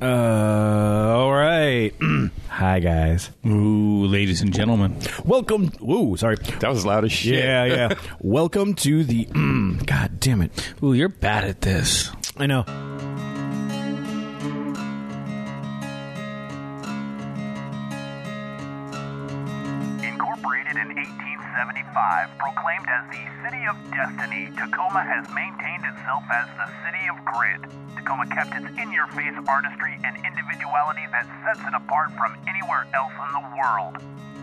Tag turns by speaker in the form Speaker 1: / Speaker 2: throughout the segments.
Speaker 1: Uh, all right. Hi, guys.
Speaker 2: Ooh, ladies and gentlemen.
Speaker 1: Welcome. Ooh, sorry.
Speaker 3: That was loud as shit.
Speaker 1: Yeah, yeah. Welcome to the. God damn it.
Speaker 2: Ooh, you're bad at this.
Speaker 1: I know.
Speaker 4: Incorporated in 1875, proclaimed as the City of Destiny, Tacoma has maintained itself as the City of Grit. Tacoma kept its in your face artistry and individuality that sets it apart from anywhere else in the world.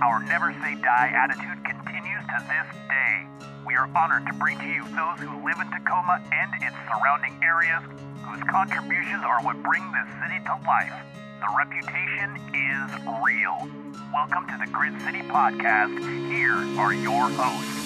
Speaker 4: Our never say die attitude continues to this day. We are honored to bring to you those who live in Tacoma and its surrounding areas, whose contributions are what bring this city to life. The reputation is real. Welcome to the Grid City Podcast. Here are your hosts.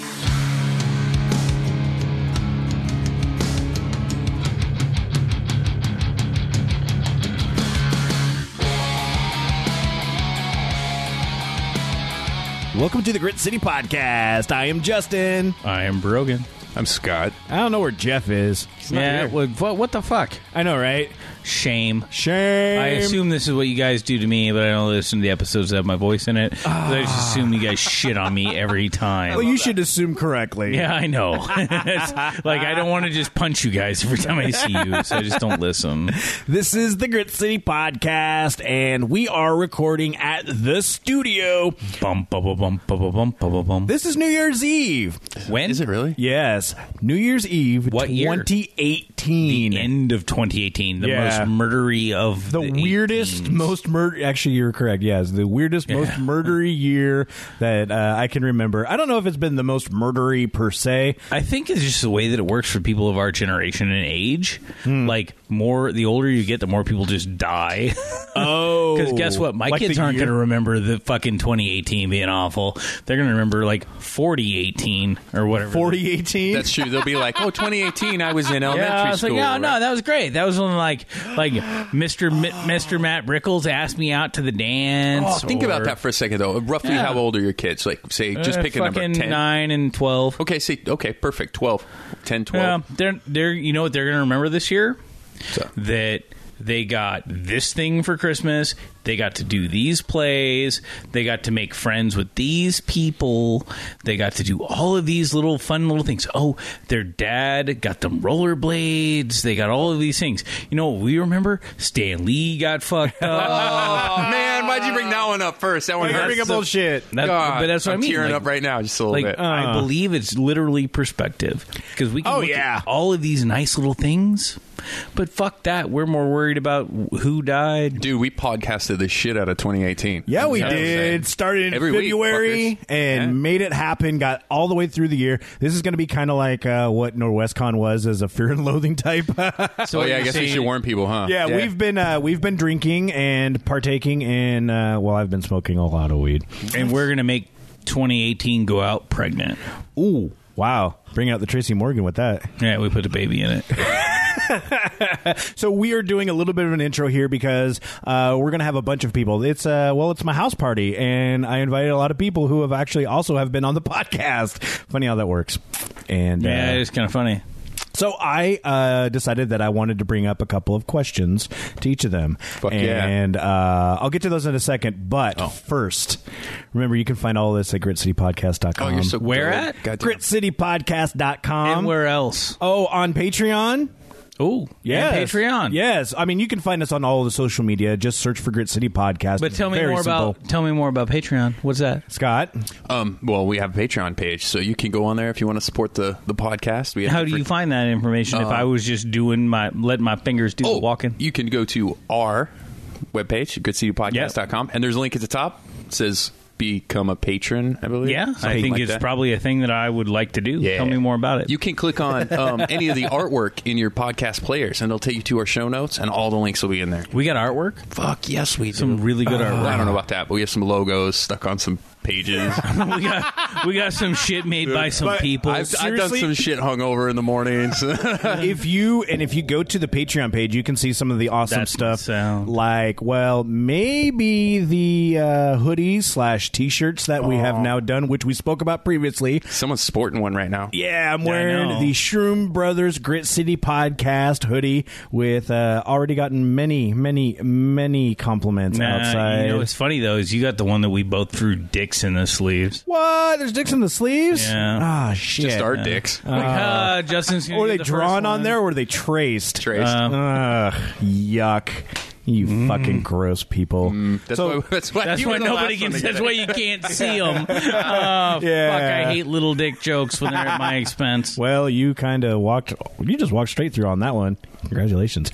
Speaker 1: Welcome to the Grit City Podcast. I am Justin.
Speaker 2: I am Brogan.
Speaker 3: I'm Scott.
Speaker 1: I don't know where Jeff is.
Speaker 2: yeah, what, what, what the fuck?
Speaker 1: I know, right?
Speaker 2: Shame.
Speaker 1: Shame.
Speaker 2: I assume this is what you guys do to me, but I don't listen to the episodes that have my voice in it. So I just assume you guys shit on me every time.
Speaker 1: Well, Oh, you should assume correctly.
Speaker 2: yeah, I know. It's like I don't want to just punch you guys every time I see you, so I just don't listen.
Speaker 1: This is the Grit City Podcast, and we are recording at the studio.
Speaker 2: Bum bum bum bum bum bum bum bum. bum.
Speaker 1: This is New Year's Eve.
Speaker 2: When
Speaker 3: Is it really?
Speaker 1: Yes, New Year's Eve,
Speaker 2: What year?
Speaker 1: 2018.
Speaker 2: end of 2018, the
Speaker 1: Yeah.
Speaker 2: most murdery of
Speaker 1: the, weirdest,
Speaker 2: 18s.
Speaker 1: most murder. Actually, you're correct. Yes, the weirdest, most murdery year that uh, I can remember. I don't know if it's been the most murdery per se.
Speaker 2: I think it's just the way that it works for people of our generation and age.
Speaker 3: Hmm.
Speaker 2: Like more, the older you get, the more people just die.
Speaker 1: Oh,
Speaker 2: Because guess what? My kids aren't going to remember the fucking 2018 being awful. They're going to remember like 4018 or whatever.
Speaker 1: 4018.
Speaker 3: That's true. They'll be like, oh, 2018, I was in elementary
Speaker 2: Yeah, I was
Speaker 3: school.
Speaker 2: like, "Oh, no,
Speaker 3: right?
Speaker 2: no, that was great. That was when like, like Mr. Mi- Mr. Matt Brickles asked me out to the
Speaker 3: Oh,
Speaker 2: dance.
Speaker 3: think
Speaker 2: or-
Speaker 3: about that for a second, though. Roughly
Speaker 2: Yeah.
Speaker 3: how old are your kids? Like, say, just
Speaker 2: Uh,
Speaker 3: pick a number
Speaker 2: fucking
Speaker 3: 10.
Speaker 2: nine and twelve.
Speaker 3: Okay, see, okay, perfect. 12, 10, 12.
Speaker 2: Yeah, they're they're you know what they're gonna remember this year
Speaker 3: So-
Speaker 2: that they got this thing for Christmas. They got to do these plays. They got to make friends with these people. They got to do all of these little fun little things. Oh, their dad got them rollerblades. They got all of these things. You know what we remember? Stan Lee got fucked up.
Speaker 3: Oh, man, why'd you bring that one up first? That one hurts.
Speaker 1: Bring up bullshit.
Speaker 2: That-
Speaker 3: God,
Speaker 2: but that's what
Speaker 3: I'm
Speaker 2: I mean.
Speaker 3: tearing
Speaker 2: Like,
Speaker 3: up right now just a little
Speaker 2: like uh,
Speaker 3: bit. Uh.
Speaker 2: I believe it's literally perspective because we can
Speaker 1: Oh,
Speaker 2: look
Speaker 1: yeah.
Speaker 2: at all of these nice little things, but fuck that. We're more worried about who died.
Speaker 3: Dude, we podcasted the shit out of 2018.
Speaker 1: Yeah, we
Speaker 3: That's what I'm saying.
Speaker 1: did. Started in
Speaker 3: Every week,
Speaker 1: February
Speaker 3: fuckers.
Speaker 1: and
Speaker 3: Yeah.
Speaker 1: made it happen. Got all the way through the year. This is going to be kind of like uh, what Norwestcon was as a fear and loathing type.
Speaker 2: So
Speaker 3: Oh, yeah, I
Speaker 2: you're
Speaker 3: guess we
Speaker 2: saying-
Speaker 3: should warn people, huh?
Speaker 1: yeah, we've been uh, we've been drinking and partaking in. Uh, well, I've been smoking a lot of weed.
Speaker 2: and we're gonna make 2018 go out pregnant.
Speaker 1: Ooh, wow! Bring out the Tracy Morgan with that.
Speaker 2: Yeah, we put a baby in it.
Speaker 1: So we are doing a little bit of an intro here because uh, we're going to have a bunch of people. It's uh, well, it's my house party, and I invited a lot of people who have actually also have been on the podcast. Funny how that works. And uh,
Speaker 2: Yeah, it's kind of funny.
Speaker 1: So I uh, decided that I wanted to bring up a couple of questions to each of them,
Speaker 3: Fuck yeah. Oh.
Speaker 1: and uh, I'll get to those in a second. But first, remember you can find all this at gritcitypodcast.com.
Speaker 3: Oh, you're so
Speaker 2: Um, Where
Speaker 3: good.
Speaker 2: at?
Speaker 3: Goddamn.
Speaker 1: gritcitypodcast.com.
Speaker 3: Um,
Speaker 2: and where else?
Speaker 1: oh, on Patreon.
Speaker 2: Oh, yeah,
Speaker 1: Yes.
Speaker 2: Patreon.
Speaker 1: Yes, I mean you can find us on all the social media. Just search for Grit City Podcast.
Speaker 2: But tell me
Speaker 1: Very
Speaker 2: more
Speaker 1: simple.
Speaker 2: about tell me more about Patreon. What's that?
Speaker 1: Scott.
Speaker 3: Um, well, we have a Patreon page, so you can go on there if you want to support the, the podcast. We have
Speaker 2: How do you
Speaker 3: different- Uh,
Speaker 2: find that information? if I was just doing my letting my fingers do the
Speaker 3: Oh,
Speaker 2: walking,
Speaker 3: You can go to our webpage, goodcitypodcast.com, and there's a link at the top. It says become a patron, I believe.
Speaker 2: Yeah, I
Speaker 3: Something
Speaker 2: think
Speaker 3: like
Speaker 2: it's
Speaker 3: that.
Speaker 2: probably a thing that I would like to do.
Speaker 3: Yeah.
Speaker 2: Tell me more about it.
Speaker 3: You can click on um, any of the artwork in your podcast players, and it'll take you to our show notes, and all the links will be in there.
Speaker 2: we got artwork.
Speaker 3: Fuck yes, we do.
Speaker 2: Some really good
Speaker 3: Well, I
Speaker 2: artwork.
Speaker 3: don't know about that, but we have some logos stuck on some pages.
Speaker 2: we got we got some shit made by some
Speaker 1: But
Speaker 2: people.
Speaker 3: I've, I've done
Speaker 1: seriously?
Speaker 3: some shit hungover in the mornings.
Speaker 1: if you and if you go to the Patreon page, you can see some of the awesome
Speaker 2: That's
Speaker 1: stuff.
Speaker 2: sound.
Speaker 1: Like, well, maybe the uh, hoodies slash t-shirts that we have now done, which we spoke about previously.
Speaker 3: Someone's sporting one right now.
Speaker 1: Yeah, I'm
Speaker 2: I
Speaker 1: wearing
Speaker 2: know.
Speaker 1: the Shroom Brothers Grit City Podcast hoodie with uh, already gotten many, many, many compliments
Speaker 2: Nah,
Speaker 1: outside.
Speaker 2: You know what's funny though is you got the one that we both threw dicks in the sleeves.
Speaker 1: what? There's dicks in the sleeves?
Speaker 2: Yeah.
Speaker 1: Ah, shit.
Speaker 3: Just our dicks.
Speaker 2: Like, ah, Justin's. Gonna
Speaker 1: Uh, or
Speaker 2: get
Speaker 1: they
Speaker 2: the
Speaker 1: drawn
Speaker 2: first
Speaker 1: on
Speaker 2: one.
Speaker 1: there, or were they traced?
Speaker 3: Traced.
Speaker 2: um,
Speaker 1: Ugh, yuck. You fucking gross people.
Speaker 3: That's
Speaker 1: so,
Speaker 3: why. That's why.
Speaker 2: That's
Speaker 3: you
Speaker 2: why
Speaker 3: were the
Speaker 2: nobody
Speaker 3: last
Speaker 2: can.
Speaker 3: one to get
Speaker 2: That's
Speaker 3: it.
Speaker 2: why you can't see them.
Speaker 1: Yeah.
Speaker 2: Fuck! I hate little dick jokes when they're at my expense.
Speaker 1: well, you kind of walked, you just walked straight through on that one. Congratulations.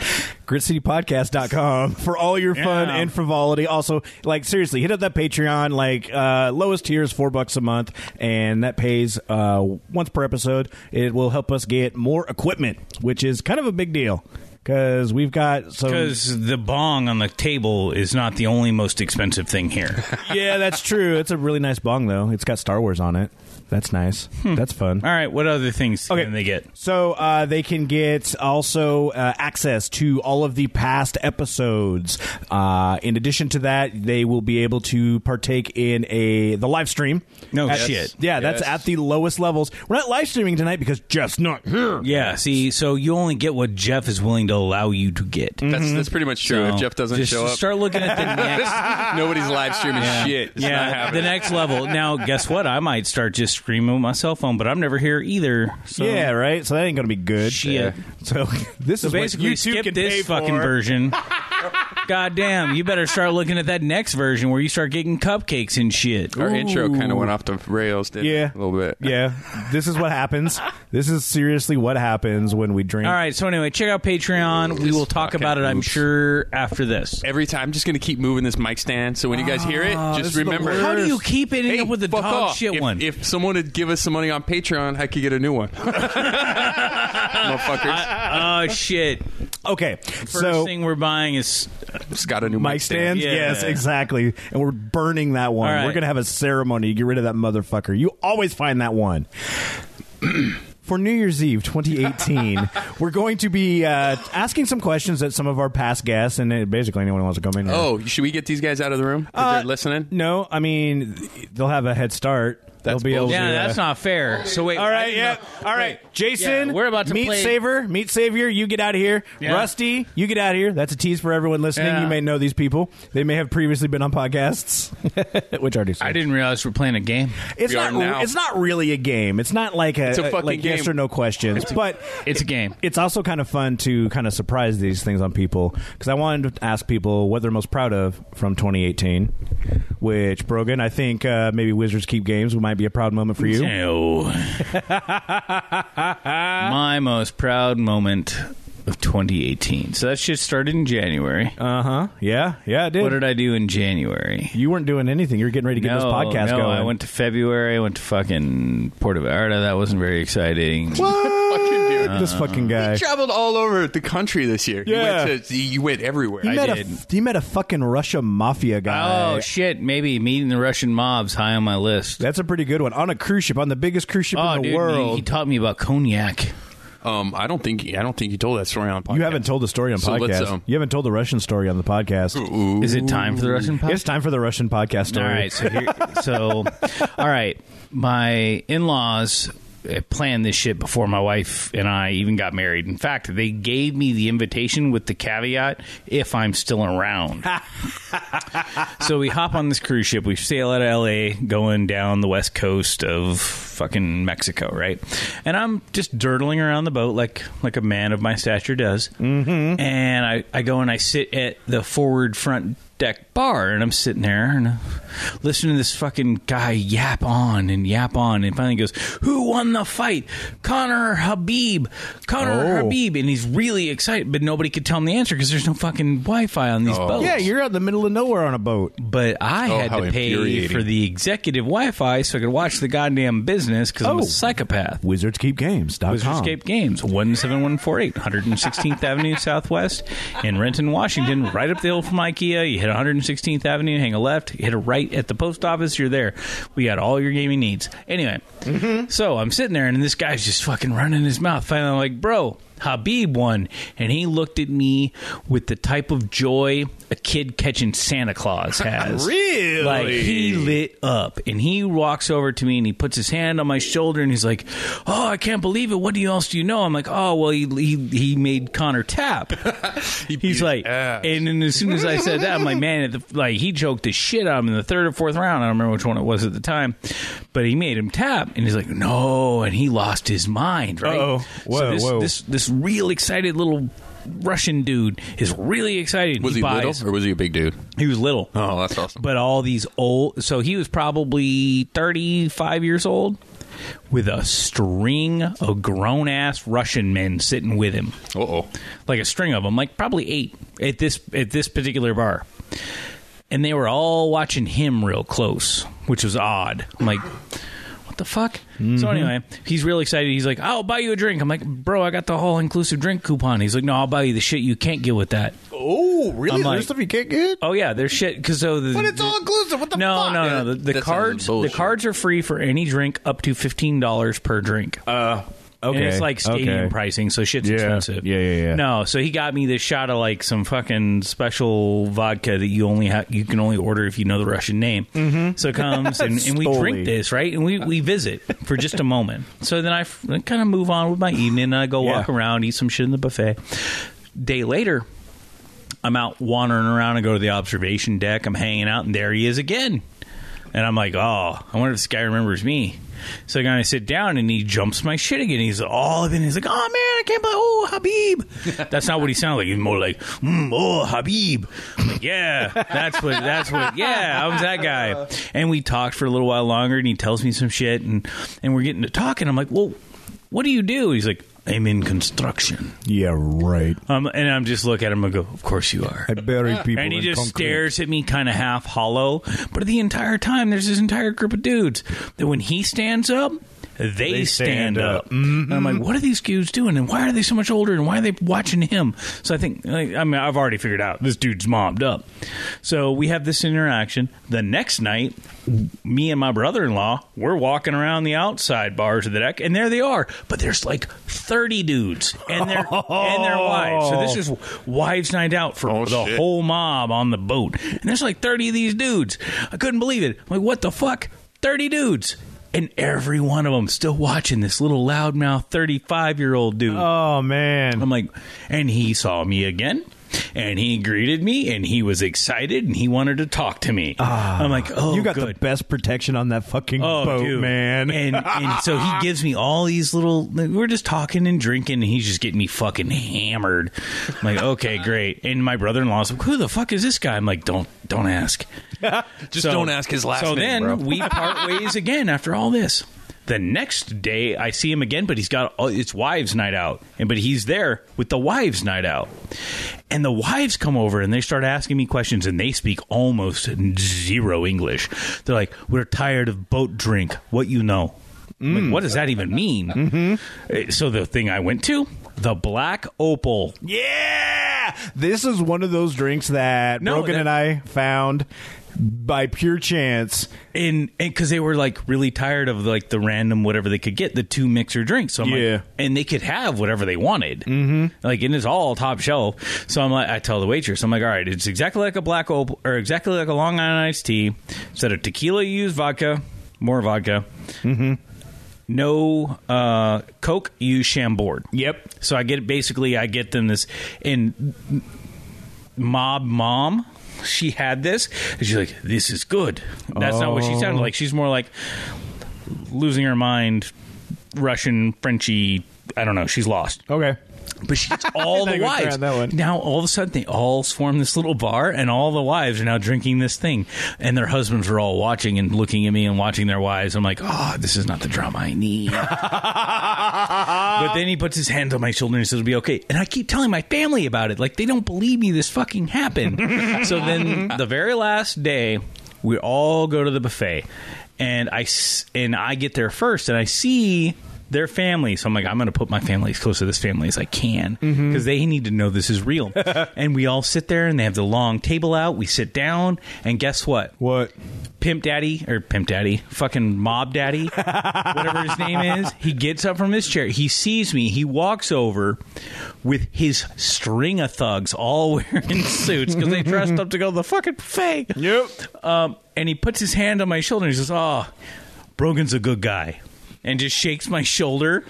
Speaker 1: GritCityPodcast.com for all your fun
Speaker 2: Yeah.
Speaker 1: and frivolity. Also, like, seriously, hit up that Patreon. Like, uh, lowest tier is four bucks a month, and that pays uh, once per episode. It will help us get more equipment, which is kind of a big deal because we've got some.
Speaker 2: Because the bong on the table is not the only most expensive thing here.
Speaker 1: yeah, that's true. It's a really nice bong though. It's got Star Wars on it. That's nice. That's fun.
Speaker 2: Hmm. All right, what other things
Speaker 1: Okay.
Speaker 2: can they get?
Speaker 1: So uh, they can get also uh, access to all of the past episodes. Uh, in addition to that, they will be able to partake in a the live stream.
Speaker 2: No
Speaker 1: At-
Speaker 2: shit.
Speaker 1: Yeah, that's
Speaker 3: Yes.
Speaker 1: at the lowest levels. We're not live streaming tonight because Jeff's not here.
Speaker 2: Yeah, see, so you only get what Jeff is willing to allow you to get.
Speaker 3: That's, that's pretty much true.
Speaker 2: Mm-hmm. So
Speaker 3: if Jeff doesn't
Speaker 2: just
Speaker 3: show up,
Speaker 2: start looking at the next.
Speaker 3: nobody's live streaming shit. It's not
Speaker 2: yeah, the
Speaker 3: happening.
Speaker 2: next level. Now, guess what? I might start just screaming with my cell phone, but I'm never here either. So
Speaker 1: yeah, right. So that ain't gonna be good.
Speaker 2: Shit.
Speaker 1: So this
Speaker 2: So
Speaker 1: is
Speaker 2: basically,
Speaker 1: what YouTube
Speaker 2: skip
Speaker 1: can pay
Speaker 2: this fucking
Speaker 1: for.
Speaker 2: version. God damn, you better start looking at that next version where you start getting cupcakes and shit.
Speaker 3: Our intro kind of went off the rails, didn't
Speaker 1: Yeah,
Speaker 3: it? A little bit.
Speaker 1: Yeah, this is what happens. this is seriously what happens when we drink.
Speaker 2: All right, so anyway, check out Patreon. We
Speaker 3: This
Speaker 2: will talk
Speaker 3: fucking
Speaker 2: about it, I'm
Speaker 3: oops.
Speaker 2: sure, after this.
Speaker 3: Every time, I'm just going to keep moving this mic stand. So when you guys hear it,
Speaker 2: Ah,
Speaker 3: just
Speaker 1: the
Speaker 3: remember.
Speaker 1: worst.
Speaker 2: How do you keep ending
Speaker 3: Hey,
Speaker 2: up with the
Speaker 3: fuck
Speaker 2: dog
Speaker 3: off.
Speaker 2: shit
Speaker 3: if,
Speaker 2: one?
Speaker 3: If someone would give us some money on Patreon, I could get a new one. Motherfuckers.
Speaker 2: oh shit!
Speaker 1: Okay.
Speaker 2: First
Speaker 1: so
Speaker 2: thing we're buying is
Speaker 3: Just got a new
Speaker 1: mic stand.
Speaker 2: Yeah.
Speaker 1: Yes, exactly. And we're burning that one.
Speaker 2: All right.
Speaker 1: We're gonna have a ceremony to get rid of that motherfucker. You always find that one. For New Year's Eve 2018, we're going to be uh, asking some questions that some of our past guests and uh, basically anyone who wants to come in. here.
Speaker 3: Oh, should we get these guys out of the room? If
Speaker 1: Uh,
Speaker 3: they're listening.
Speaker 1: no, I mean they'll have a head start.
Speaker 3: That's
Speaker 1: they'll be able
Speaker 3: bullshit.
Speaker 1: to,
Speaker 2: yeah.
Speaker 1: uh,
Speaker 2: That's not fair. So wait.
Speaker 1: All
Speaker 2: I
Speaker 1: right,
Speaker 2: didn't
Speaker 1: yeah.
Speaker 2: know-
Speaker 1: All right,
Speaker 2: wait.
Speaker 1: Jason.
Speaker 2: Yeah, we're about to
Speaker 1: meet
Speaker 2: play-
Speaker 1: Saver, meet Savior. You get out of here.
Speaker 2: Yeah.
Speaker 1: Rusty, you get out of here. That's a tease for everyone listening.
Speaker 2: Yeah.
Speaker 1: You may know these people. They may have previously been on podcasts, which already.
Speaker 2: I
Speaker 1: Said.
Speaker 2: didn't realize we're playing a game.
Speaker 1: It's
Speaker 3: We are
Speaker 1: not.
Speaker 3: now.
Speaker 1: It's not really a game. It's not like a,
Speaker 3: It's a fucking
Speaker 1: like yes
Speaker 3: game.
Speaker 1: or no questions, but.
Speaker 2: It's a game.
Speaker 1: it's also kind of fun to kind of surprise these things on people because I wanted to ask people what they're most proud of from 2018. Which Brogan, I think uh, maybe Wizards keep games might be a proud moment for you.
Speaker 2: No. My most proud moment of 2018. So that shit started in January.
Speaker 1: Uh huh. Yeah. Yeah. It did.
Speaker 2: What did I do in January?
Speaker 1: You weren't doing anything. You're getting ready to get this podcast
Speaker 2: no,
Speaker 1: going.
Speaker 2: I went to February. I went to fucking Puerto Vallarta. That wasn't very exciting.
Speaker 3: Fucking dude.
Speaker 1: this fucking
Speaker 2: Uh-huh.
Speaker 1: guy.
Speaker 3: He traveled all over the country this year.
Speaker 1: Yeah.
Speaker 3: You went, to, you went everywhere.
Speaker 1: He met, a,
Speaker 2: did.
Speaker 1: he met a fucking Russia mafia guy.
Speaker 2: Oh shit! Maybe meeting the Russian mobs high on my list.
Speaker 1: That's a pretty good one. On a cruise ship, on the biggest cruise ship
Speaker 2: oh,
Speaker 1: in the
Speaker 2: dude, he- He,
Speaker 1: world.
Speaker 2: taught me about cognac.
Speaker 3: um, I don't think I don't think you told that story on podcast.
Speaker 1: You haven't told the story on
Speaker 3: So let's,
Speaker 1: podcast.
Speaker 3: um,
Speaker 1: you haven't told the Russian story on the podcast.
Speaker 2: Is it time for the Russian pop?
Speaker 1: It's time for the Russian podcast
Speaker 2: All
Speaker 1: story.
Speaker 2: right. So, here, so all right. My in-laws uh, planned this shit before my wife and I even got married. In fact, they gave me the invitation with the caveat if I'm still around. so we hop on this cruise ship. We sail out of LA, going down the west coast of fucking Mexico, right? And I'm just dirtling around the boat like like a man of my stature does. Mm-hmm. And I, I go and I sit at the forward front deck bar, and I'm sitting there and listening to this fucking guy yap on and yap on, and finally goes, "Who won the fight? Connor or Habib? Connor or
Speaker 1: Oh.
Speaker 2: Habib?" And he's really excited, but nobody could tell him the answer because there's no fucking Wi-Fi on these boats
Speaker 1: Yeah, you're out in the middle of nowhere on a boat.
Speaker 2: but I
Speaker 3: Oh,
Speaker 2: had
Speaker 3: how
Speaker 2: to pay
Speaker 3: infuriating.
Speaker 2: for the executive Wi-Fi so I could watch the goddamn business because I'm
Speaker 1: Oh.
Speaker 2: a psychopath.
Speaker 1: WizardsCapeGames.com.
Speaker 3: Uh-huh.
Speaker 2: Wizardscape Games, 17148, 116th Avenue Southwest in Renton, Washington, right up the hill from IKEA. You hit 116th Avenue, hang a left, hit a right at the post office, you're there. We got all your gaming needs. Anyway,
Speaker 3: Mm-hmm.
Speaker 2: so I'm sitting there and this guy's just fucking running his mouth. Finally, I'm like, bro, Habib won. And he looked at me with the type of joy a kid catching Santa Claus has.
Speaker 1: Really?
Speaker 2: Like, he lit up and he walks over to me and he puts his hand on my shoulder and he's like, "Oh, I can't believe it. What do you else do you know?" I'm like, "Oh, well, he he, he made Connor tap." he's like, and then as soon as I said that, I'm like, "Man, at the, like he choked the shit out of him in the third or fourth round. I don't remember which one it was at the time, but he made him tap." And he's like, "No," and he lost his mind. Right?
Speaker 1: Uh-oh.
Speaker 2: so
Speaker 1: Whoa,
Speaker 2: this,
Speaker 1: whoa.
Speaker 2: this this real excited little. Russian dude is really excited.
Speaker 3: Was he,
Speaker 2: buys,
Speaker 3: little or was he a big dude?
Speaker 2: He was little
Speaker 3: Oh, that's awesome.
Speaker 2: but all these old so he was probably 35 years old with a string of grown ass Russian men sitting with him
Speaker 3: Uh oh.
Speaker 2: like a string of them like probably 8 at this at this particular bar and they were all watching him real close which was odd I'm like what the fuck? So anyway, he's real excited. He's like, "I'll buy you a drink." I'm like, "Bro, I got the whole inclusive drink coupon." He's like, "No, I'll buy you the shit you can't get with that."
Speaker 1: Oh, really?
Speaker 2: I'm like-
Speaker 1: There's stuff you can't get?
Speaker 2: Oh yeah, there's shit because so the,
Speaker 1: But it's all inclusive. What the
Speaker 2: no,
Speaker 1: fuck?
Speaker 2: no, no. The, the
Speaker 3: That sounds
Speaker 2: cards, the
Speaker 3: bullshit.
Speaker 2: cards are free for any drink up to fifteen dollars per drink.
Speaker 1: Okay.
Speaker 2: And it's like stadium
Speaker 1: okay.
Speaker 2: pricing, so shit's
Speaker 1: Yeah.
Speaker 2: expensive.
Speaker 1: Yeah, yeah, yeah.
Speaker 2: No, so he got me this shot of like some fucking special vodka that you only ha- you can only order if you know the Russian name. Mm-hmm. So it comes and, and we
Speaker 1: Stoli.
Speaker 2: drink this right, and we, we visit for just a moment. So then I kind of move on with my evening. and I go walk
Speaker 1: Yeah.
Speaker 2: around, eat some shit in the buffet. Day later, I'm out wandering around. I go to the observation deck. I'm hanging out, and there he is again. And I'm like, oh, I wonder if this guy remembers me. So then I sit down, and he jumps my shit again. He's all of it. He's like, oh man, I can't believe, oh Habib. That's not what he sounded like. He's more like, mm, oh Habib. I'm like, yeah, that's what, that's what, yeah, I was that guy. And we talked for a little while longer, and he tells me some shit, and and we're getting to talking. I'm like, well, what do you do? He's like, I'm in construction.
Speaker 1: Yeah, right.
Speaker 2: Um, and I'm just look at him and go, of course you are.
Speaker 1: I bury people
Speaker 2: And he
Speaker 1: in
Speaker 2: just
Speaker 1: concrete.
Speaker 2: stares at me kind of half hollow. But the entire time, there's this entire group of dudes that when he stands up, they,
Speaker 1: stand
Speaker 2: stand, up.
Speaker 1: up. Mm-hmm.
Speaker 2: And I'm like, what are these dudes doing? And why are they so much older? And why are they watching him? So I think, like, I mean, I've already figured out this dude's mobbed up. So we have this interaction. The next night, me and my brother in law, we're walking around the outside bars of the deck, and there they are. But there's like 30 dudes and their, and their wives. So this is wives' night out for
Speaker 3: Oh,
Speaker 2: the
Speaker 3: shit.
Speaker 2: whole mob on the boat. And there's like 30 of these dudes. I couldn't believe it. I'm like, what the fuck? 30 dudes. And every one of them still watching this little loudmouth 35 year old dude.
Speaker 1: Oh, man.
Speaker 2: I'm like, and he saw me again. And he greeted me, and he was excited, and he wanted to talk to me. I'm like, oh,
Speaker 1: Ah. you got
Speaker 2: good.
Speaker 1: the best protection on that fucking
Speaker 2: Oh,
Speaker 1: boat,
Speaker 2: dude.
Speaker 1: man.
Speaker 2: And, and so he gives me all these little. We're just talking and drinking, and he's just getting me fucking hammered. I'm like, okay, great. And my brother in law's like, who the fuck is this guy? I'm like, don't don't ask.
Speaker 3: Just
Speaker 2: So-
Speaker 3: don't ask his last
Speaker 2: so
Speaker 3: name,
Speaker 2: then
Speaker 3: bro.
Speaker 2: we part ways again after all this. The next day, I see him again, but he's got all, it's wives' night out, and but he's there with the wives' night out, and the wives come over and they start asking me questions, and they speak almost zero English. They're like, "We're tired of boat drink. What you know." I'm
Speaker 3: Mm.
Speaker 2: Like, what does that even mean? Mm-hmm. So the thing I went to, the Black Opal.
Speaker 1: yeah! This is one of those drinks that
Speaker 2: No,
Speaker 1: Brogan
Speaker 2: that-
Speaker 1: and I found by pure chance.
Speaker 2: and because they were like really tired of like the random whatever they could get the two mixer drinks so I'm like-
Speaker 1: Yeah.
Speaker 2: and they could have whatever they wanted mm-hmm. like and it's all top shelf so i'm like i tell the waitress i'm like all right it's exactly like a black opal or exactly like a long island iced tea instead of tequila you use vodka more vodka
Speaker 1: Mm-hmm.
Speaker 2: no uh coke you use chambord
Speaker 1: Yep.
Speaker 2: so I get basically I get them this and mob mom. She had this and she's like, "This is good." That's not what she
Speaker 1: Oh.
Speaker 2: sounded like. She's more like losing her mind, Russian, Frenchy. I don't know. She's lost
Speaker 1: Okay.
Speaker 2: but she gets all
Speaker 1: I thought
Speaker 2: the
Speaker 1: you were
Speaker 2: wives.
Speaker 1: trying that one.
Speaker 2: Now all of a sudden they all form this little bar, and all the wives are now drinking this thing, and their husbands are all watching and looking at me and watching their wives. I'm like, oh, this is not the drama I need. but then he puts his hands on my shoulder and says, "It'll be okay." And I keep telling my family about it, like they don't believe me. This fucking happened. so then the very last day, we all go to the buffet. and I s- and I get there first, and I see their family. So I'm like, I'm going to put my family as close to this family as I can because they need to know this is real. and we all sit there, and they have the long table out. We sit down, and guess what?
Speaker 1: What?
Speaker 2: Pimp Daddy or Pimp Daddy, fucking Mob Daddy, whatever his name is. He gets up from his chair. He sees me. He walks over with his string of thugs all wearing suits because they dressed up to go to the fucking buffet.
Speaker 1: Yep.
Speaker 2: Um, and he puts his hand on my shoulder and he says, "Oh, Brogan's a good guy," and just shakes my shoulder.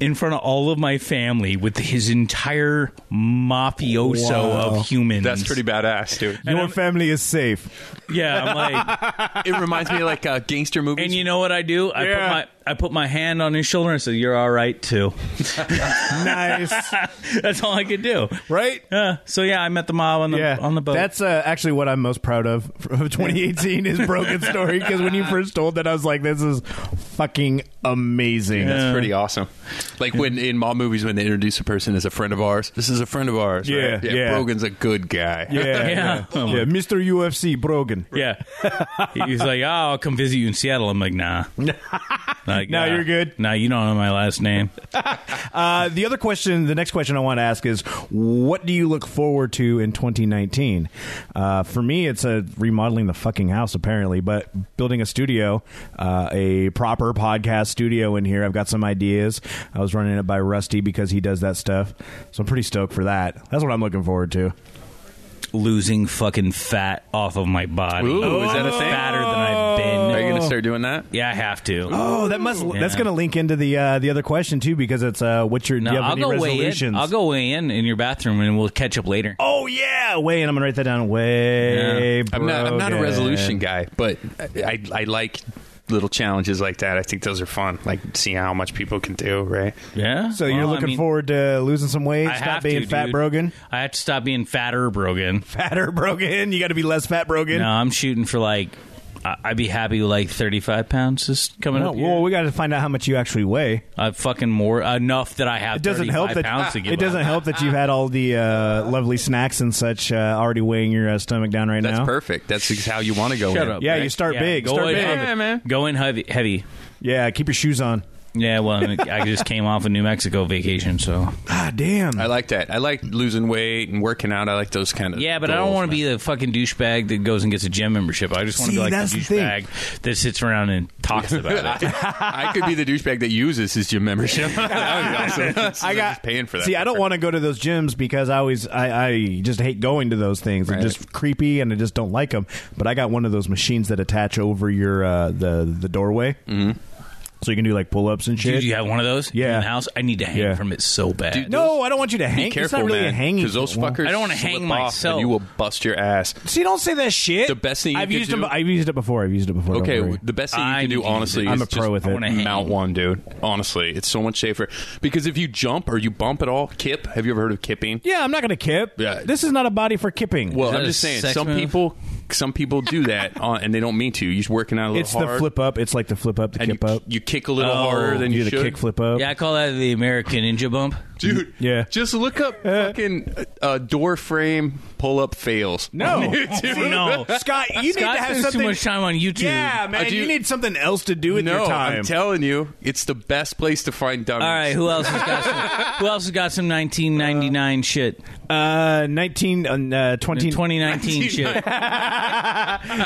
Speaker 2: In front of all of my family, with his entire mafioso
Speaker 1: Wow.
Speaker 2: of humans.
Speaker 3: That's pretty badass, dude.
Speaker 1: Your
Speaker 2: I'm-
Speaker 1: family is safe.
Speaker 2: Yeah, I'm like,
Speaker 3: it reminds me of like uh, gangster movies.
Speaker 2: And you know what I do? I put
Speaker 1: Yeah.
Speaker 2: my I put my hand on his shoulder and said, "You're all right too."
Speaker 1: Nice.
Speaker 2: That's all I could do.
Speaker 1: right?
Speaker 2: Uh, so yeah, I met the mob on the
Speaker 1: Yeah,
Speaker 2: on the boat.
Speaker 1: That's uh, actually what I'm most proud of of 2018 is Broken Story because when you first told that, I was like, "This is fucking amazing."
Speaker 3: That's pretty awesome. Like when in mob movies when they introduce a person as a friend of ours. This is a friend of ours. right?
Speaker 1: Yeah, yeah.
Speaker 3: Brogan's a good guy.
Speaker 1: Yeah, yeah,
Speaker 2: Yeah. Oh my-
Speaker 1: Yeah, Mr. UFC Brogan.
Speaker 2: yeah. He's like, "Oh, I'll come visit you in Seattle." I'm like, "Nah." like, uh,
Speaker 1: No, you're good.
Speaker 2: Nah, you don't know my last name.
Speaker 1: Uh, the other question, the next question I want to ask is, what do you look forward to in 2019? Uh, for me, it's a remodeling the fucking house, apparently, but building a studio, uh, a proper podcast studio in here. I've got some ideas. I was running it by Rusty because he does that stuff, so I'm pretty stoked for that. That's what I'm looking forward to.
Speaker 2: Losing fucking fat off of my body.
Speaker 3: Ooh, is that a thing?
Speaker 2: Fatter than I've been.
Speaker 3: Are you gonna start doing that?
Speaker 2: yeah, I have to.
Speaker 1: Oh, that must that's
Speaker 2: Yeah.
Speaker 1: going to link into the uh, the other question too because it's uh, what's your do
Speaker 2: No,
Speaker 1: you have
Speaker 2: I'll
Speaker 1: any
Speaker 2: go weigh in.
Speaker 1: resolutions?
Speaker 2: I'll go weigh in in your bathroom, and we'll catch up later.
Speaker 1: Oh yeah, weigh in. I'm gonna write that down. Way.
Speaker 3: I'm not. I'm not a
Speaker 1: Brogan.
Speaker 3: resolution guy, but I, I I like little challenges like that. I think those are fun. Like seeing how much people can do. Right.
Speaker 2: Yeah.
Speaker 1: So you're
Speaker 2: Well, I
Speaker 1: looking
Speaker 2: mean-
Speaker 1: forward to losing some weight,
Speaker 2: I
Speaker 1: stop
Speaker 2: have
Speaker 1: being
Speaker 2: to,
Speaker 1: fat
Speaker 2: dude.
Speaker 1: brogan,
Speaker 2: I have to stop being fatter brogan.
Speaker 1: fatter brogan. You got to be less fat brogan.
Speaker 2: No, I'm shooting for like. I- I'd be happy with like 35 pounds this coming
Speaker 1: No,
Speaker 2: up.
Speaker 1: Oh, well,
Speaker 2: Here.
Speaker 1: we got to find out how much you actually weigh.
Speaker 2: I fucking more enough that I have.
Speaker 1: It doesn't
Speaker 2: 35
Speaker 1: help that
Speaker 2: pounds to give
Speaker 1: it doesn't
Speaker 2: up.
Speaker 1: help that you've had all the uh, lovely snacks and such uh, already weighing your uh, stomach down right
Speaker 3: That's
Speaker 1: now.
Speaker 3: perfect. That's ex- how you want to go.
Speaker 2: Shut
Speaker 3: in.
Speaker 2: up.
Speaker 1: Yeah,
Speaker 2: right?
Speaker 1: you start big.
Speaker 2: Go
Speaker 1: Start
Speaker 2: in
Speaker 1: big.
Speaker 2: heavy.
Speaker 3: Yeah, man.
Speaker 2: Go in heavy. heavy.
Speaker 1: Yeah, keep your shoes on.
Speaker 2: Yeah. Well, I just came off a New Mexico vacation, so
Speaker 1: Ah, damn.
Speaker 3: I like that. I like losing weight and working out. I like those kind of.
Speaker 2: yeah. But I don't
Speaker 3: goals,
Speaker 2: want to
Speaker 3: man.
Speaker 2: be the fucking douchebag that goes and gets a gym membership. I just want to
Speaker 1: See,
Speaker 2: be like
Speaker 1: that's
Speaker 2: the
Speaker 1: the thing.
Speaker 2: douchebag that sits around and talks about it.
Speaker 3: I could be the douchebag that uses his gym membership. That would be awesome. So
Speaker 1: I
Speaker 3: they're
Speaker 1: got
Speaker 3: just paying for that.
Speaker 1: See, I don't want to go to those gyms because I always I, I just hate going to those things.
Speaker 3: Right.
Speaker 1: They're just creepy and I just don't like them. But I got one of those machines that attach over your uh, the the doorway, mm-hmm. so you can do like pull ups and shit.
Speaker 2: Dude, you have one of those
Speaker 1: Yeah.
Speaker 2: in the house? I need to hang
Speaker 1: Yeah.
Speaker 2: from it so bad.
Speaker 1: no, I don't want you to hang.
Speaker 3: Be
Speaker 1: it's
Speaker 3: careful,
Speaker 1: not really
Speaker 3: man.
Speaker 1: a hanging.
Speaker 3: Because those
Speaker 1: well,
Speaker 3: fuckers.
Speaker 2: I don't wanna hang
Speaker 3: slip off,
Speaker 2: myself.
Speaker 3: and You will bust your ass.
Speaker 1: See, don't say that shit.
Speaker 3: The best thing you
Speaker 1: I've
Speaker 3: could
Speaker 1: used
Speaker 3: do-
Speaker 1: it. I've used it before. I've used it before. don't
Speaker 3: Okay,
Speaker 1: worry.
Speaker 3: the best thing you
Speaker 2: I
Speaker 3: can
Speaker 2: need
Speaker 3: do,
Speaker 2: to use
Speaker 3: honestly,
Speaker 2: it.
Speaker 3: is
Speaker 1: I'm a
Speaker 3: just
Speaker 1: pro with it. I
Speaker 2: wanna hang.
Speaker 3: mount one, dude. Honestly, it's so much safer because if you jump or you bump at all, kip. Have you ever heard of kipping?
Speaker 1: yeah, I'm not gonna kip.
Speaker 3: Yeah.
Speaker 1: This is not a body for kipping.
Speaker 3: Well,
Speaker 2: Is that
Speaker 3: I'm
Speaker 2: a
Speaker 3: just saying,
Speaker 2: sex
Speaker 3: some
Speaker 2: move?
Speaker 3: people, some people do that, on, and they don't mean to. You're just working out a little
Speaker 1: it's
Speaker 3: hard,
Speaker 1: the flip up. It's like the flip up, the
Speaker 3: and
Speaker 1: kip
Speaker 3: you,
Speaker 1: up.
Speaker 3: you kick a little
Speaker 2: Oh.
Speaker 3: harder than
Speaker 1: You
Speaker 3: you,
Speaker 1: do the
Speaker 3: should.
Speaker 1: kick flip up.
Speaker 2: Yeah, I call that the American Ninja Bump.
Speaker 3: dude.
Speaker 1: Yeah.
Speaker 3: just look up fucking uh, door frame pull up fails.
Speaker 1: No.
Speaker 3: on YouTube.
Speaker 2: No.
Speaker 1: Scott, you need
Speaker 2: Scott
Speaker 1: to have
Speaker 2: spends
Speaker 1: something
Speaker 2: too much time on YouTube.
Speaker 1: Yeah, man,
Speaker 3: do
Speaker 1: you,
Speaker 3: you-
Speaker 1: need something else to do with
Speaker 3: no,
Speaker 1: your time.
Speaker 3: I'm telling you, it's the best place to find dummies.
Speaker 2: All right, who else has got some, who else has got some 1999 shit?
Speaker 1: Uh, 19, uh, 20,
Speaker 2: 2019 shit.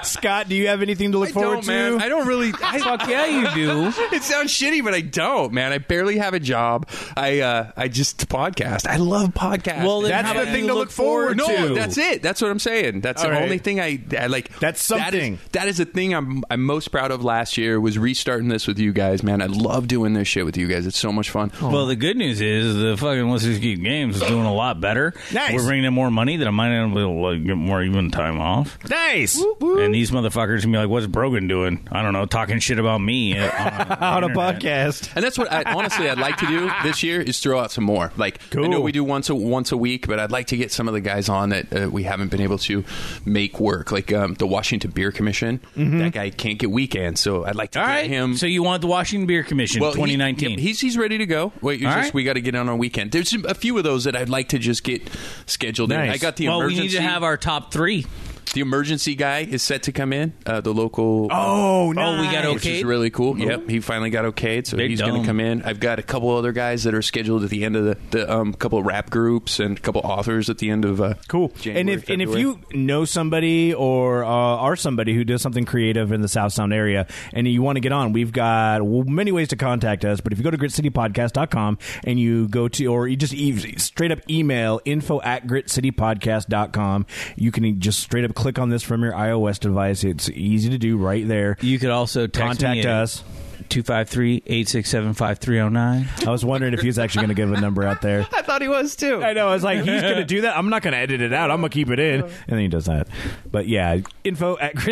Speaker 1: Scott, do you have anything to look
Speaker 3: I
Speaker 1: forward
Speaker 3: don't,
Speaker 1: to?
Speaker 3: man. I don't really. I,
Speaker 2: Fuck yeah, you do.
Speaker 3: it sounds shitty, but I don't, man. I barely have a job. I uh, I just podcast. I love podcasts.
Speaker 2: Well, then
Speaker 1: That's
Speaker 2: how
Speaker 1: the
Speaker 2: about
Speaker 1: thing
Speaker 2: you
Speaker 1: to
Speaker 2: look
Speaker 1: look forward
Speaker 3: no,
Speaker 1: to.
Speaker 3: that's it. That's what I'm saying. That's
Speaker 1: All
Speaker 3: the
Speaker 1: right.
Speaker 3: only thing I, I like.
Speaker 1: That's
Speaker 3: That
Speaker 1: something.
Speaker 3: is, that is the thing I'm I'm most proud of last year was restarting this with you guys, man. I love doing this shit with you guys. It's so much fun.
Speaker 2: Well, the good news is the fucking Let's Just Geek Games is doing a lot better.
Speaker 1: Nice.
Speaker 2: We're bringing in more money that I might not be able to like, get more even time off.
Speaker 1: nice.
Speaker 2: And these motherfuckers can be like, what's Brogan doing? I don't know, talking shit about me. uh,
Speaker 1: On
Speaker 2: On,
Speaker 1: a
Speaker 2: on
Speaker 1: podcast.
Speaker 3: And that's what I honestly I'd like to do this year is throw out some more. Like I know
Speaker 1: Cool.
Speaker 3: we do once a once a week, but I'd like to get some of the guys on that uh, we haven't been able to make work. Like um, the Washington Beer Commission, that guy can't get weekends, so I'd like to
Speaker 2: All
Speaker 3: get
Speaker 2: right.
Speaker 3: him.
Speaker 2: So you want the Washington Beer Commission
Speaker 3: well, he-
Speaker 2: 2019.
Speaker 3: yep, he's he's ready to go. Wait, it's
Speaker 2: All
Speaker 3: just,
Speaker 2: right.
Speaker 3: we got to get on a weekend. There's a few of those that I'd like to just get scheduled. in.
Speaker 1: Nice.
Speaker 3: I got the
Speaker 2: well, we
Speaker 3: emergency.
Speaker 2: need to have our top three.
Speaker 3: The emergency guy is set to come in. Uh, the local.
Speaker 1: Oh,
Speaker 2: Oh, we got
Speaker 3: Which is
Speaker 2: okay.
Speaker 3: really cool. Yep, he finally got okayed, so
Speaker 2: Big
Speaker 3: he's going
Speaker 2: dome.
Speaker 3: to come in. I've got a couple other guys that are scheduled at the end of the, the um, couple of rap groups and a couple authors at the end of uh,
Speaker 1: Cool.
Speaker 3: January,
Speaker 1: and if and if
Speaker 3: February.
Speaker 1: you know somebody or uh, are somebody who does something creative in the South Sound area and you want to get on, we've got w- many ways to contact us. But if you go to gritcitypodcast.com and you go to, or you just e- straight up email info at gritcitypodcast.com, you can just straight up click on this from your iOS device. It's easy to do right there.
Speaker 2: You could also text
Speaker 1: Contact us.
Speaker 2: 253 867 5309.
Speaker 1: I was wondering if he was actually going to give a number out there.
Speaker 5: I thought he was too.
Speaker 1: I know. I was like, he's going to do that. I'm not going to edit it out. I'm going to keep it in. And then he does that. But yeah, info at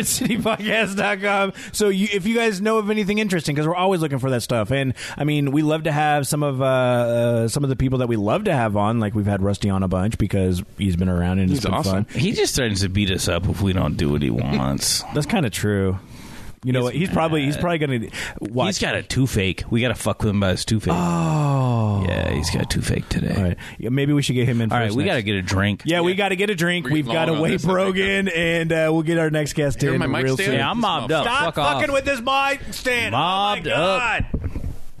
Speaker 1: gritcitypodcast.com. So you, if you guys know of anything interesting, because we're always looking for that stuff. And I mean, we love to have some of uh, uh, some of the people that we love to have on. Like we've had Rusty on a bunch because he's been around and it's
Speaker 3: He's
Speaker 1: been
Speaker 3: awesome.
Speaker 1: fun.
Speaker 2: He just threatens to beat us up if we don't do what he wants.
Speaker 1: That's kind of true. You know, what? he's probably he's probably going to watch.
Speaker 2: He's got a two fake. We got to fuck with him by his two fake.
Speaker 1: oh,
Speaker 2: Yeah, he's got a two fake today.
Speaker 1: All right. Yeah, maybe we should get him in.
Speaker 2: All
Speaker 1: first
Speaker 2: right, we
Speaker 1: next.
Speaker 2: got to get a drink.
Speaker 1: Yeah, we got to get a drink.
Speaker 3: We're
Speaker 1: We've got to
Speaker 3: long on
Speaker 1: wait
Speaker 3: this, I think,
Speaker 1: Brogan, and uh, we'll get our next guest
Speaker 3: Hear
Speaker 1: in
Speaker 3: my mic
Speaker 1: real
Speaker 3: stand?
Speaker 1: soon.
Speaker 2: Yeah, I'm mobbed up.
Speaker 1: Stop
Speaker 2: Fuck off.
Speaker 1: fucking with this mic stand.
Speaker 2: Mobbed
Speaker 1: oh my God.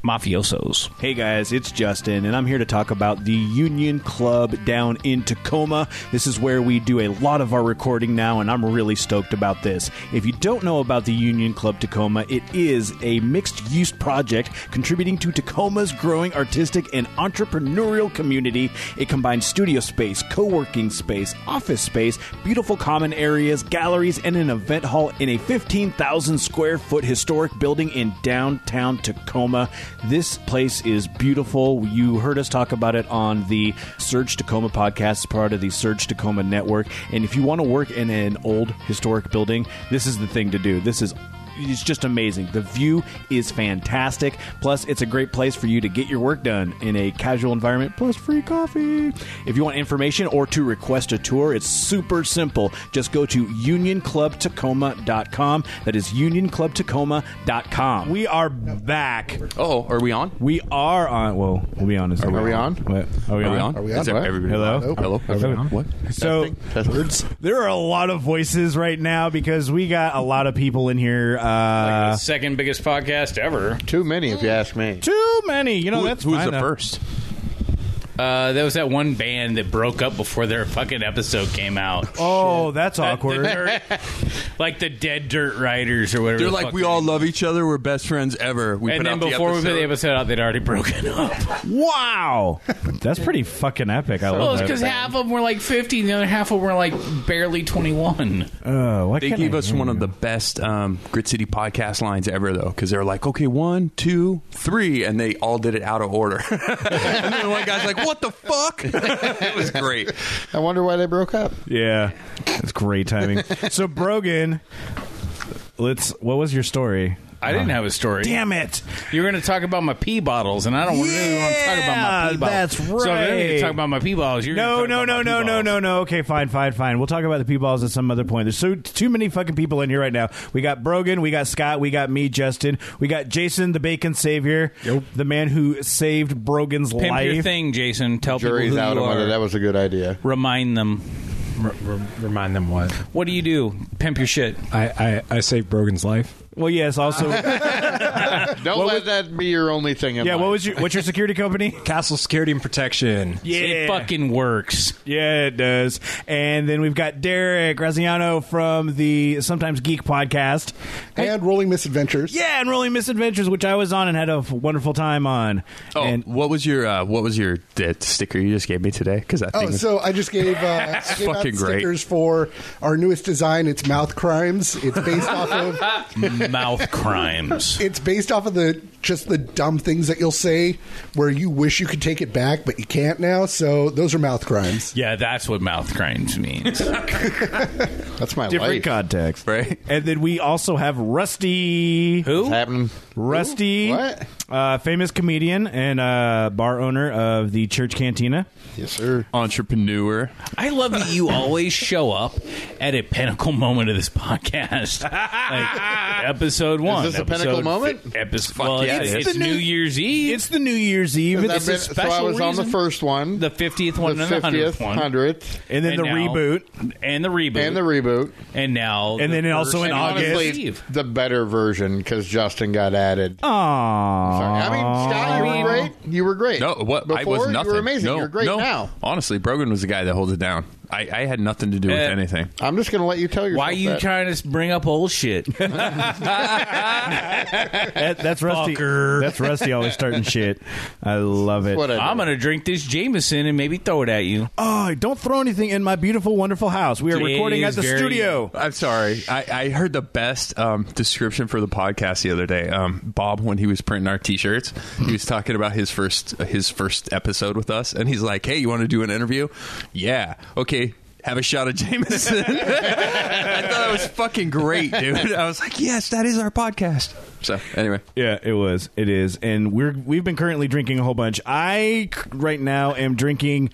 Speaker 2: Mafiosos.
Speaker 1: Hey guys, it's Justin, and I'm here to talk about the Union Club down in Tacoma. This is where we do a lot of our recording now, and I'm really stoked about this. If you don't know about the Union Club Tacoma, it is a mixed use project contributing to Tacoma's growing artistic and entrepreneurial community. It combines studio space, co working space, office space, beautiful common areas, galleries, and an event hall in a 15,000 square foot historic building in downtown Tacoma. This place is beautiful. You heard us talk about it on the Surge Tacoma podcast, it's part of the Surge Tacoma network. And if you want to work in an old historic building, this is the thing to do. This is it's just amazing. The view is fantastic. Plus, it's a great place for you to get your work done in a casual environment, plus free coffee. If you want information or to request a tour, it's super simple. Just go to unionclubtacoma.com. That is unionclubtacoma.com. We are back.
Speaker 3: Oh, are we on?
Speaker 1: We are on. Well, we'll be honest. Are
Speaker 6: we on?
Speaker 1: What? Are we
Speaker 3: Are we
Speaker 1: on?
Speaker 3: on?
Speaker 6: Are we on?
Speaker 3: Is that
Speaker 6: What?
Speaker 3: everybody-
Speaker 1: Hello?
Speaker 6: Nope.
Speaker 3: Hello?
Speaker 6: Are we on?
Speaker 3: What?
Speaker 1: So-
Speaker 6: Words.
Speaker 1: There are a lot of voices right now because we got a lot of people in here. Uh,
Speaker 2: Second biggest podcast ever.
Speaker 6: Too many, if you ask me.
Speaker 1: too many. You know,
Speaker 3: Who-
Speaker 1: that's
Speaker 3: who's
Speaker 1: fine
Speaker 3: the
Speaker 1: though.
Speaker 3: first?
Speaker 2: Uh, there was that one band that broke up before their fucking episode came out.
Speaker 1: Oh, that's
Speaker 2: That-
Speaker 1: awkward.
Speaker 2: the dirt- like the Dead Dirt Riders or whatever.
Speaker 3: They're
Speaker 2: the
Speaker 3: like,
Speaker 2: fuck
Speaker 3: we
Speaker 2: their
Speaker 3: all
Speaker 2: name-
Speaker 3: love each other. We're best friends ever. We
Speaker 2: And
Speaker 3: put
Speaker 2: then
Speaker 3: out
Speaker 2: before
Speaker 3: the
Speaker 2: we put
Speaker 3: episode.
Speaker 2: the episode out, they'd already broken up.
Speaker 1: Wow, that's pretty fucking epic. I
Speaker 2: well,
Speaker 1: love
Speaker 2: it's
Speaker 1: that.
Speaker 2: because half of them were like 50 and the other half of them were like barely 21.
Speaker 1: Oh, why
Speaker 3: They
Speaker 1: can't
Speaker 3: gave
Speaker 1: I
Speaker 3: us
Speaker 1: hear
Speaker 3: one
Speaker 1: you?
Speaker 3: of the best um, Grit City podcast lines ever, though, because they were like, okay, one, two, three, and they all did it out of order. and then one guy's like, what the fuck? it was great.
Speaker 6: I wonder why they broke up.
Speaker 1: Yeah, that's great timing. so Brogan, let's. What was your story?
Speaker 2: I didn't have a story.
Speaker 1: Damn it!
Speaker 2: You were going to talk about my pee bottles, and I don't really want to talk about my
Speaker 1: Yeah,
Speaker 2: pee
Speaker 1: that's
Speaker 2: bottles. So if I need
Speaker 1: right.
Speaker 2: to talk about my pee bottles, you're
Speaker 1: No,
Speaker 2: gonna talk
Speaker 1: no,
Speaker 2: about
Speaker 1: no,
Speaker 2: my
Speaker 1: no,
Speaker 2: pee
Speaker 1: no,
Speaker 2: bottles.
Speaker 1: no, no. Okay, fine, fine, fine. We'll talk about the pee balls at some other point. There's so too many fucking people in here right now. We got Brogan, we got Scott, we got me, Justin, we got Jason, the bacon savior, the man who saved Brogan's
Speaker 2: Pimp
Speaker 1: life.
Speaker 2: your thing, Jason. Tell
Speaker 6: Jury's
Speaker 2: people who
Speaker 6: out
Speaker 2: you
Speaker 6: on whether
Speaker 2: are.
Speaker 6: that was a good idea.
Speaker 2: Remind them.
Speaker 7: R- r- remind them what
Speaker 2: What do you do? Pimp your shit.
Speaker 7: I, I I saved Brogan's life.
Speaker 1: Well, yes. Also, yeah.
Speaker 6: Don't let that be your only thing. In life.
Speaker 1: What was your what's your security company?
Speaker 7: Castle security and protection.
Speaker 2: It fucking works.
Speaker 1: Yeah, it does. And then we've got Derek Graziano from the Sometimes Geek podcast.
Speaker 6: and rolling misadventures?
Speaker 1: Yeah, and Rolling Misadventures, which I was on and had a f- wonderful time on.
Speaker 3: Oh,
Speaker 1: And
Speaker 3: what was your uh, what was your uh, sticker you just gave me today? Because I think
Speaker 8: Oh, so I just gave, uh, gave out
Speaker 3: fucking great.
Speaker 8: stickers for our newest design. It's mouth crimes. It's based off of
Speaker 2: Mouth crimes.
Speaker 8: it's based off of the just the dumb things that you'll say where you wish you could take it back but you can't now. So those are mouth crimes.
Speaker 2: Yeah, that's what mouth crimes means.
Speaker 6: That's my
Speaker 1: different
Speaker 6: life.
Speaker 1: context,
Speaker 3: Right.
Speaker 1: And then we also have Rusty,
Speaker 6: It's
Speaker 2: Who?
Speaker 6: happening.
Speaker 1: Rusty,
Speaker 6: Who? What?
Speaker 1: Uh, famous comedian and uh, bar owner of the Church Cantina.
Speaker 6: Yes, sir.
Speaker 3: entrepreneur.
Speaker 2: I love that you always show up at a pinnacle moment of this podcast. Like episode one.
Speaker 6: this a
Speaker 2: episode
Speaker 6: pinnacle moment?
Speaker 2: Episode,
Speaker 3: Fuck
Speaker 2: well, yeah,
Speaker 1: it's
Speaker 2: it's,
Speaker 1: the
Speaker 2: New,
Speaker 1: new-
Speaker 2: Year's Eve.
Speaker 1: It's the New Year's Eve,
Speaker 6: That
Speaker 1: it's
Speaker 6: been-
Speaker 1: a
Speaker 6: so I
Speaker 2: special
Speaker 6: was on the
Speaker 2: reason.
Speaker 6: first one,
Speaker 2: the fiftieth one
Speaker 6: the
Speaker 2: and the hundredth one,
Speaker 6: hundredth,
Speaker 1: and then
Speaker 2: And
Speaker 1: the
Speaker 2: now-
Speaker 1: reboot.
Speaker 2: and the reboot,
Speaker 6: and the reboot.
Speaker 2: and now,
Speaker 1: And then also
Speaker 2: first
Speaker 1: in
Speaker 2: New Year's
Speaker 1: August.
Speaker 6: Honestly,
Speaker 2: Eve.
Speaker 6: the better version because Justin got added.
Speaker 1: Aww.
Speaker 6: I mean, Scott, you
Speaker 2: mean-
Speaker 6: were great. You were great.
Speaker 3: No, what
Speaker 6: Before,
Speaker 3: I was nothing.
Speaker 6: You were amazing.
Speaker 3: No,
Speaker 6: You're great
Speaker 3: no.
Speaker 6: now.
Speaker 3: Honestly, Brogan was the guy that holds it down. I, I had nothing to do with
Speaker 2: Eh.
Speaker 3: anything.
Speaker 6: I'm just going to let you tell yourself.
Speaker 2: Why are you
Speaker 6: that.
Speaker 2: trying to bring up old shit?
Speaker 1: That- that's Rusty.
Speaker 2: Fucker.
Speaker 1: That's Rusty always starting shit. I love it.
Speaker 6: What I
Speaker 2: I'm
Speaker 6: do.
Speaker 2: gonna drink this Jameson and maybe throw it at you.
Speaker 1: oh, don't throw anything in my beautiful, wonderful house. We are
Speaker 2: It
Speaker 1: recording at
Speaker 2: is
Speaker 1: the
Speaker 2: very-
Speaker 1: studio.
Speaker 3: Oh, I'm sorry. I, I heard the best um, description for the podcast the other day. Um, Bob, when he was printing our T-shirts, he was talking about his first his first episode with us, and he's like, "Hey, you want to do an interview? Yeah, okay." Have a shot of Jameson. I thought it was fucking great, dude. I was like, yes, that is our podcast. So, anyway,
Speaker 1: Yeah, it was. It is, and we're we've been currently drinking a whole bunch. I c- right now am drinking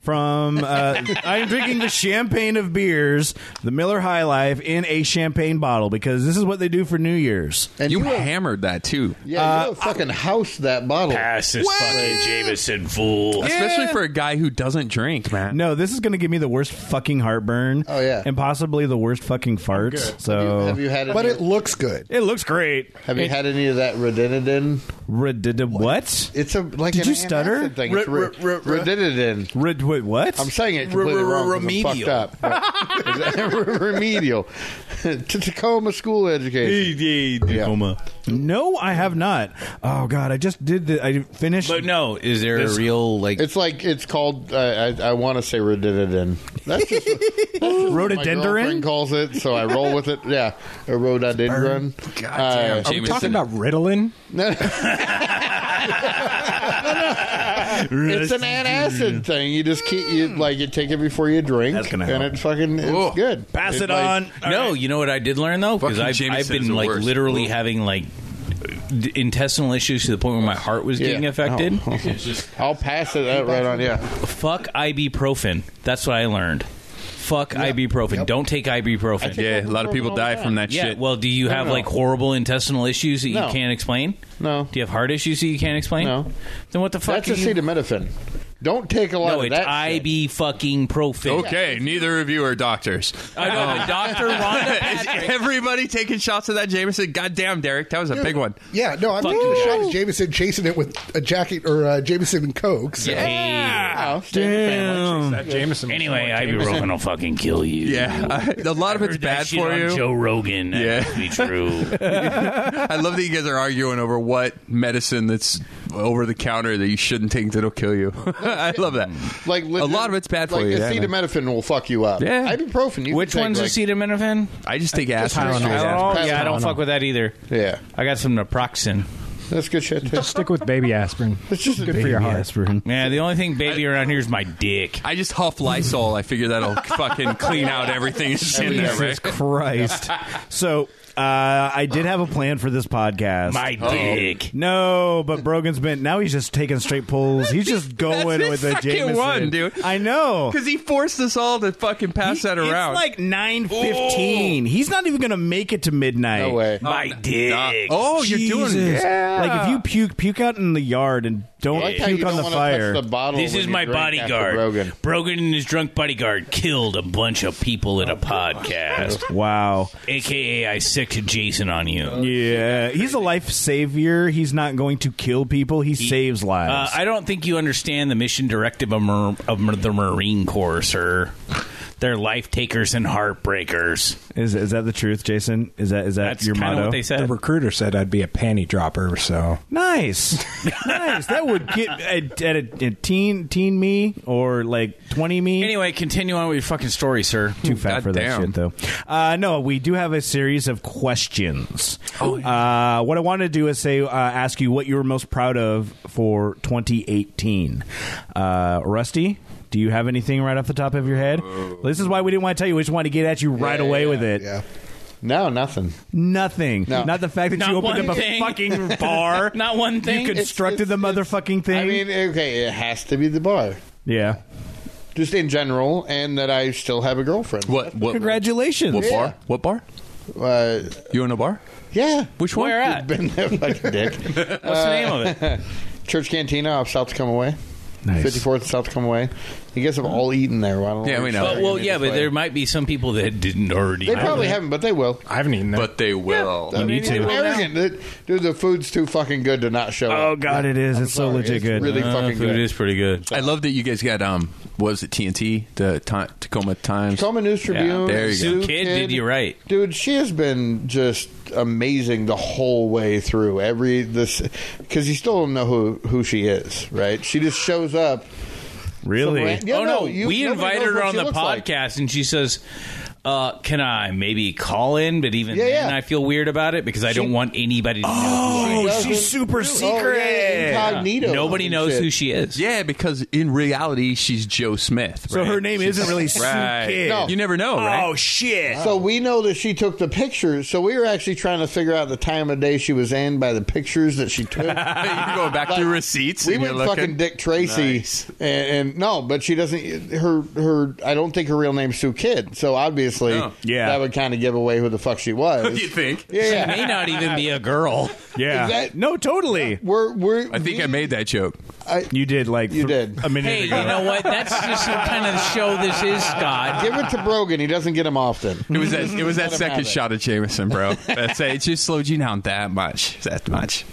Speaker 1: from. Uh, I am drinking the champagne of beers, the Miller High Life, in a champagne bottle because this is what they do for New Year's.
Speaker 6: And
Speaker 3: you,
Speaker 6: you, have,
Speaker 3: hammered that too,
Speaker 6: yeah, you have fucking house that bottle.
Speaker 2: Pass this fucking Jameson, fool.
Speaker 3: especially for a guy who doesn't drink, man.
Speaker 1: No, this is going to give me the worst fucking heartburn.
Speaker 6: Oh, yeah.
Speaker 1: and possibly the worst fucking farts. So
Speaker 6: have you had? Any,
Speaker 8: But it looks good.
Speaker 1: it looks great.
Speaker 6: have you had any of that rodinidin?
Speaker 1: Redid- what?
Speaker 6: It's a like
Speaker 1: Did
Speaker 6: an
Speaker 1: you stutter?
Speaker 6: antacid Thing. It's
Speaker 1: R-
Speaker 6: ro- rodinidin.
Speaker 1: Red, wait, what?
Speaker 6: I'm saying it completely wrong. 'cause I'm fucked
Speaker 2: remedial.
Speaker 6: up. But- Is that- remedial. to Tacoma school education.
Speaker 1: no, I have not. Oh God, I just did. The, I finished.
Speaker 2: But no, is there a real like?
Speaker 6: It's like it's called. Uh, I, I want to say rodinidin. That's just what my girlfriend
Speaker 1: Rhododendron.
Speaker 6: calls it, so I roll with it. Yeah, a rhododendron. Uh,
Speaker 3: God damn,
Speaker 7: Are we
Speaker 3: Jameson.
Speaker 7: talking about Ritalin?
Speaker 6: It's an antacid thing. You just keep
Speaker 1: Mm.
Speaker 6: you like you take it before you drink,
Speaker 1: That's gonna
Speaker 6: and
Speaker 1: help.
Speaker 6: it fucking it's
Speaker 3: Ugh.
Speaker 6: good.
Speaker 1: Pass
Speaker 6: It's
Speaker 1: it
Speaker 6: like-
Speaker 1: on.
Speaker 2: no, you know what I did learn though, because
Speaker 3: Fucking
Speaker 2: I've, I've
Speaker 3: Jameson's
Speaker 2: been
Speaker 3: the
Speaker 2: like
Speaker 3: worst.
Speaker 2: literally having like d- intestinal issues to the point where my heart was
Speaker 6: Yeah. Oh.
Speaker 2: getting affected.
Speaker 6: I'll pass it out right on. Yeah,
Speaker 2: Fuck ibuprofen. That's what I learned. Fuck ibuprofen. Don't take ibuprofen.
Speaker 3: Yeah, a lot of people die from that
Speaker 2: Yeah,
Speaker 3: shit.
Speaker 2: well, do you have
Speaker 6: no.
Speaker 2: like horrible intestinal issues that
Speaker 6: No.
Speaker 2: you can't explain?
Speaker 6: No.
Speaker 2: Do you have heart issues that you can't explain?
Speaker 6: No.
Speaker 2: Then what the fuck?
Speaker 6: that's
Speaker 2: are you-
Speaker 6: acetaminophen. Don't take a lot
Speaker 2: No,
Speaker 6: of
Speaker 2: it's
Speaker 6: that. shit.
Speaker 2: IB fucking profen.
Speaker 3: okay, Oh. neither of you are doctors.
Speaker 2: I know, but Dr. Rhonda
Speaker 3: Is
Speaker 2: Patrick.
Speaker 3: everybody taking shots of that Jameson? Goddamn, Derek, that was a big one.
Speaker 8: Yeah, no, I'm
Speaker 2: Fuck
Speaker 8: taking a
Speaker 2: you
Speaker 8: shot
Speaker 2: guys.
Speaker 8: at Jameson, chasing it with a jacket or uh, Jameson and Coke. so-
Speaker 6: Oh, stay in the family.
Speaker 7: That Jameson.
Speaker 2: Anyway, ibuprofen will fucking kill you.
Speaker 3: Yeah, I- a lot of it's bad for you.
Speaker 2: Joe Rogan. That
Speaker 3: Yeah.
Speaker 2: must be true.
Speaker 3: I love that you guys are arguing over what medicine that's over the counter that you shouldn't take that'll kill you. I love that.
Speaker 6: Like
Speaker 3: a lot of it's bad
Speaker 6: like
Speaker 3: for you. yeah, man.
Speaker 6: Acetaminophen will fuck you up.
Speaker 3: Yeah.
Speaker 6: ibuprofen. You
Speaker 2: Which
Speaker 6: can
Speaker 2: one's
Speaker 6: take,
Speaker 2: acetaminophen?
Speaker 3: I just take aspirin.
Speaker 6: Tylenol.
Speaker 3: straight
Speaker 6: Tylenol.
Speaker 3: after.
Speaker 2: Oh, yeah, I don't fuck with that either.
Speaker 6: Yeah,
Speaker 2: I got some naproxen.
Speaker 6: that's good shit. Too.
Speaker 7: Stick with baby aspirin.
Speaker 6: It's just
Speaker 7: Good for your heart.
Speaker 1: Aspirin.
Speaker 2: Yeah, the only thing baby around here is my dick.
Speaker 3: I just huff Lysol. I figure that'll fucking clean out everything that's in there,
Speaker 1: Jesus
Speaker 3: right?
Speaker 1: Christ. so uh, I did have a plan for this podcast.
Speaker 2: My
Speaker 6: Oh.
Speaker 2: dick.
Speaker 1: no, but Brogan's been now he's just taking straight pulls. He's just going
Speaker 3: his
Speaker 1: with the
Speaker 3: second
Speaker 1: Jameson.
Speaker 3: one, dude.
Speaker 1: I know.
Speaker 3: Because he forced us all to fucking pass that around.
Speaker 1: It's like nine fifteen. He's not even gonna make it to midnight.
Speaker 6: No way.
Speaker 2: My dick.
Speaker 3: oh, you're doing
Speaker 1: Jesus. Like if you puke, puke out in the yard and don't
Speaker 6: I like how you
Speaker 1: puke
Speaker 6: don't
Speaker 1: on the
Speaker 6: wanna
Speaker 1: fire.
Speaker 6: Touch the bottle
Speaker 2: This
Speaker 6: when
Speaker 2: is
Speaker 6: you
Speaker 2: my
Speaker 6: drink after
Speaker 2: bodyguard.
Speaker 6: Rogan.
Speaker 2: and his drunk bodyguard killed a bunch of people at a podcast.
Speaker 1: wow.
Speaker 2: AKA, I sicked Jason on you.
Speaker 1: Yeah. He's a life savior. He's not going to kill people. He, saves
Speaker 2: Uh,
Speaker 1: lives.
Speaker 2: I don't think you understand the mission directive of, Mar- of Mar- the Marine Corps, sir. They're life takers and heartbreakers.
Speaker 1: is is that the truth, Jason? Is that is that
Speaker 2: That's
Speaker 1: your
Speaker 2: kind
Speaker 1: motto?
Speaker 2: of what they said.
Speaker 7: The recruiter said I'd be a panty dropper, so
Speaker 1: Nice, nice. That would get at, at a, a teen teen me or like twenty me.
Speaker 2: Anyway, continue on with your fucking story, sir.
Speaker 1: Too fat for that
Speaker 3: Goddamn.
Speaker 1: shit, though. Uh, no, we do have a series of questions. Oh, uh, what I want to do is say, uh, ask you what you were most proud of for 2018. Uh, Rusty, do you have anything right off the top of your head? This is why we didn't want to tell you. We just wanted to get at you right
Speaker 6: Yeah,
Speaker 1: away
Speaker 6: yeah,
Speaker 1: with it.
Speaker 8: Yeah.
Speaker 6: No, nothing.
Speaker 1: Nothing.
Speaker 6: No.
Speaker 1: Not the fact that
Speaker 2: Not
Speaker 1: you
Speaker 2: one
Speaker 1: opened up
Speaker 2: thing.
Speaker 1: a fucking bar.
Speaker 2: Not one thing.
Speaker 1: You constructed
Speaker 6: It's-
Speaker 1: the
Speaker 6: it's-
Speaker 1: motherfucking thing.
Speaker 6: I mean, okay, it has to be the bar,
Speaker 1: yeah.
Speaker 6: just in general, and that I still have a girlfriend.
Speaker 3: What? What?
Speaker 1: Congratulations.
Speaker 3: What bar? What bar?
Speaker 6: Uh,
Speaker 3: You in a bar?
Speaker 6: yeah.
Speaker 3: Which one?
Speaker 2: Where at?
Speaker 6: Been there like a dick.
Speaker 2: What's the name of it?
Speaker 6: Church Cantina off South Tacoma Way.
Speaker 1: Nice.
Speaker 6: 54th and South Tacoma Way. You guys have all eaten there. Why don't
Speaker 3: Yeah, we know.
Speaker 2: Well, well, yeah, but there might be some people that didn't already.
Speaker 6: They
Speaker 2: know
Speaker 6: probably
Speaker 2: that.
Speaker 6: haven't, but they will.
Speaker 7: I haven't eaten that.
Speaker 3: But they will.
Speaker 6: I mean,
Speaker 1: to.
Speaker 6: they're Arrogant. They- Dude, the food's too fucking good to not show
Speaker 1: Oh
Speaker 6: up.
Speaker 1: god, it is. It's so
Speaker 6: sorry,
Speaker 1: legit
Speaker 6: it's
Speaker 1: good.
Speaker 6: really
Speaker 2: Uh,
Speaker 6: fucking
Speaker 2: food
Speaker 6: good.
Speaker 2: is pretty good.
Speaker 3: I love that you guys got um. What was it TNT? The Ti- Tacoma Times.
Speaker 6: Tacoma News Tribune.
Speaker 3: there you
Speaker 6: Zoo
Speaker 3: go.
Speaker 2: Kid did you right.
Speaker 6: dude? She has been just amazing the whole way through. Every this because you still don't know who who she is, right? She just shows up.
Speaker 1: really.
Speaker 6: Some ran- Yeah,
Speaker 2: oh no,
Speaker 6: no, you-
Speaker 2: we
Speaker 6: nobody
Speaker 2: invited
Speaker 6: knows
Speaker 2: her
Speaker 6: what
Speaker 2: on
Speaker 6: she
Speaker 2: the
Speaker 6: looks like.
Speaker 2: podcast, and she says, uh, "Can I maybe call in?" But even
Speaker 6: Yeah,
Speaker 2: then,
Speaker 6: yeah.
Speaker 2: I feel weird about it because I don't want anybody to know.
Speaker 1: Oh,
Speaker 6: doesn't-
Speaker 1: she's super
Speaker 6: Oh, yeah,
Speaker 1: secret.
Speaker 2: who
Speaker 6: incognito.
Speaker 2: she- Nobody
Speaker 6: and
Speaker 2: knows
Speaker 6: shit.
Speaker 2: who she is.
Speaker 3: Yeah, because in reality, she's Joe Smith.
Speaker 1: So
Speaker 3: right?
Speaker 1: her name
Speaker 3: She's-
Speaker 1: isn't really Sue
Speaker 3: right.
Speaker 1: Kid.
Speaker 6: No.
Speaker 3: You never know, right?
Speaker 1: Oh shit.
Speaker 6: So we know that she took the pictures. So we were actually trying to figure out the time of day she was in by the pictures that she took.
Speaker 3: You're going back through receipts.
Speaker 6: we
Speaker 3: and you're
Speaker 6: went
Speaker 3: looking.
Speaker 6: fucking Dick Tracy,
Speaker 3: Nice.
Speaker 6: and, and no, but she doesn't. Her her. I don't think her real name's Sue Kidd. So obviously,
Speaker 3: No.
Speaker 1: Yeah.
Speaker 6: that would kind of give away who the fuck she was.
Speaker 3: You think?
Speaker 2: She
Speaker 6: yeah, yeah.
Speaker 2: may not even be a girl.
Speaker 1: Yeah.
Speaker 6: Is that-
Speaker 1: no, totally.
Speaker 6: We're we're.
Speaker 3: I think I made that joke.
Speaker 1: You did like
Speaker 6: You
Speaker 1: th-
Speaker 6: did.
Speaker 1: a minute
Speaker 2: Hey, you
Speaker 1: ago.
Speaker 2: know what? That's just the kind of show this is, Scott.
Speaker 6: give it to Brogan. He doesn't get him often.
Speaker 3: It was that. It was that
Speaker 6: him have
Speaker 3: second
Speaker 6: it.
Speaker 3: shot of Jameson, bro. That's it. It just slowed you down that much. That much.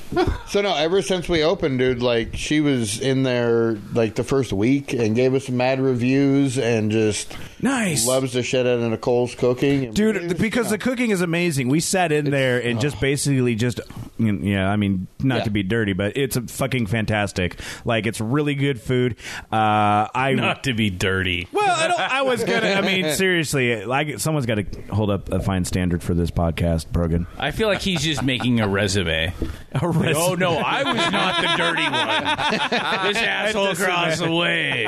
Speaker 6: So no, ever since we opened, dude, like she was in there like the first week and gave us mad reviews and just
Speaker 1: Nice.
Speaker 6: loves the shit out of Nicole's cooking,
Speaker 1: Dude, because the cooking is amazing. We sat in there and just basically just, mm, yeah, I mean, not
Speaker 6: Yeah.
Speaker 1: to be dirty, but it's a fucking fantastic. Like, it's really good food. Uh, I
Speaker 2: Not to be dirty.
Speaker 1: Well, I don't. I was gonna. I mean, seriously, like someone's got to hold up a fine standard for this podcast, Brogan.
Speaker 2: I feel like he's just making a resume.
Speaker 1: A resume.
Speaker 2: Oh no, I was not the dirty one. This asshole across the way.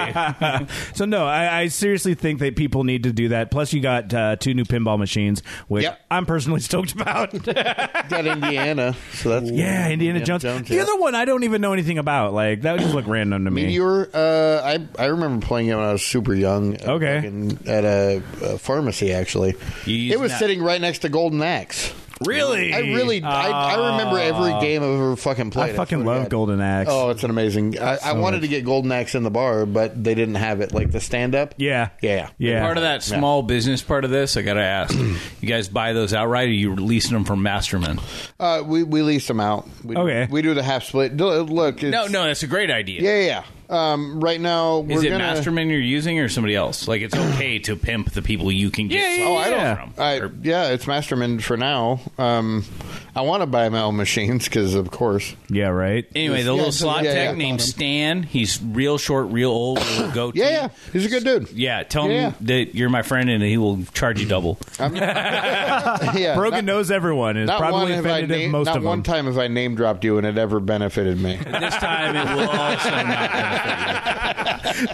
Speaker 1: so no, I, I seriously think that people need to do that. Plus, you got uh, two new pinball machines, which
Speaker 6: Yep.
Speaker 1: I'm personally stoked about.
Speaker 6: got Indiana. So that's
Speaker 1: yeah, Indiana Jones. the
Speaker 6: yeah.
Speaker 1: other one, I don't even know anything about. Like that just looked random to me.
Speaker 6: Meteor. Uh, I I remember playing it when I was super young. uh,
Speaker 1: Okay.
Speaker 6: fucking At a, a pharmacy, actually.
Speaker 2: You used
Speaker 6: It was
Speaker 2: that-
Speaker 6: sitting right next to Golden Axe.
Speaker 1: Really,
Speaker 6: I really, I, I remember every game I've ever fucking
Speaker 1: Ah. I
Speaker 6: played.
Speaker 1: fucking
Speaker 6: swear to
Speaker 1: love
Speaker 6: God.
Speaker 1: Golden Axe.
Speaker 6: Oh, it's an amazing. I, I wanted to get Golden Axe in the bar, but they didn't have it. Like the stand up.
Speaker 1: yeah,
Speaker 6: Yeah.
Speaker 1: yeah.
Speaker 2: Part of that small business part of this, I gotta ask: you guys buy those outright, or you releasing them from Masterman?
Speaker 6: Uh, we we lease them out. We,
Speaker 1: Okay.
Speaker 6: We do the half split. D- Look. It's,
Speaker 2: No, no, that's a great idea.
Speaker 6: Yeah, yeah. yeah. Um, right now we're
Speaker 2: Is it
Speaker 6: gonna.
Speaker 2: Masterman you're using, or somebody else? Like, it's okay to pimp the people you can get.
Speaker 1: Yeah,
Speaker 2: something
Speaker 1: yeah, yeah. Oh, I
Speaker 2: from.
Speaker 6: I,
Speaker 2: Or-
Speaker 6: yeah, it's Masterman for now. Um, I want to buy my own machines because, of course,
Speaker 1: yeah, right.
Speaker 2: Anyway, the
Speaker 6: Yeah,
Speaker 2: little
Speaker 6: so-
Speaker 2: slot
Speaker 6: yeah,
Speaker 2: tech
Speaker 6: yeah.
Speaker 2: named Stan. He's real short, real old, real goatee.
Speaker 6: yeah, yeah, he's a good dude.
Speaker 2: Yeah, tell him
Speaker 6: Yeah.
Speaker 2: that you're my friend and he will charge you double.
Speaker 6: yeah,
Speaker 1: Brogan
Speaker 6: not-
Speaker 1: knows everyone is
Speaker 6: Not one
Speaker 1: probably
Speaker 6: have I
Speaker 1: offended at
Speaker 6: na-
Speaker 1: most
Speaker 6: not
Speaker 1: of
Speaker 6: one
Speaker 1: them.
Speaker 6: time have I name dropped you and it ever benefited me.
Speaker 2: this time it will also not benefit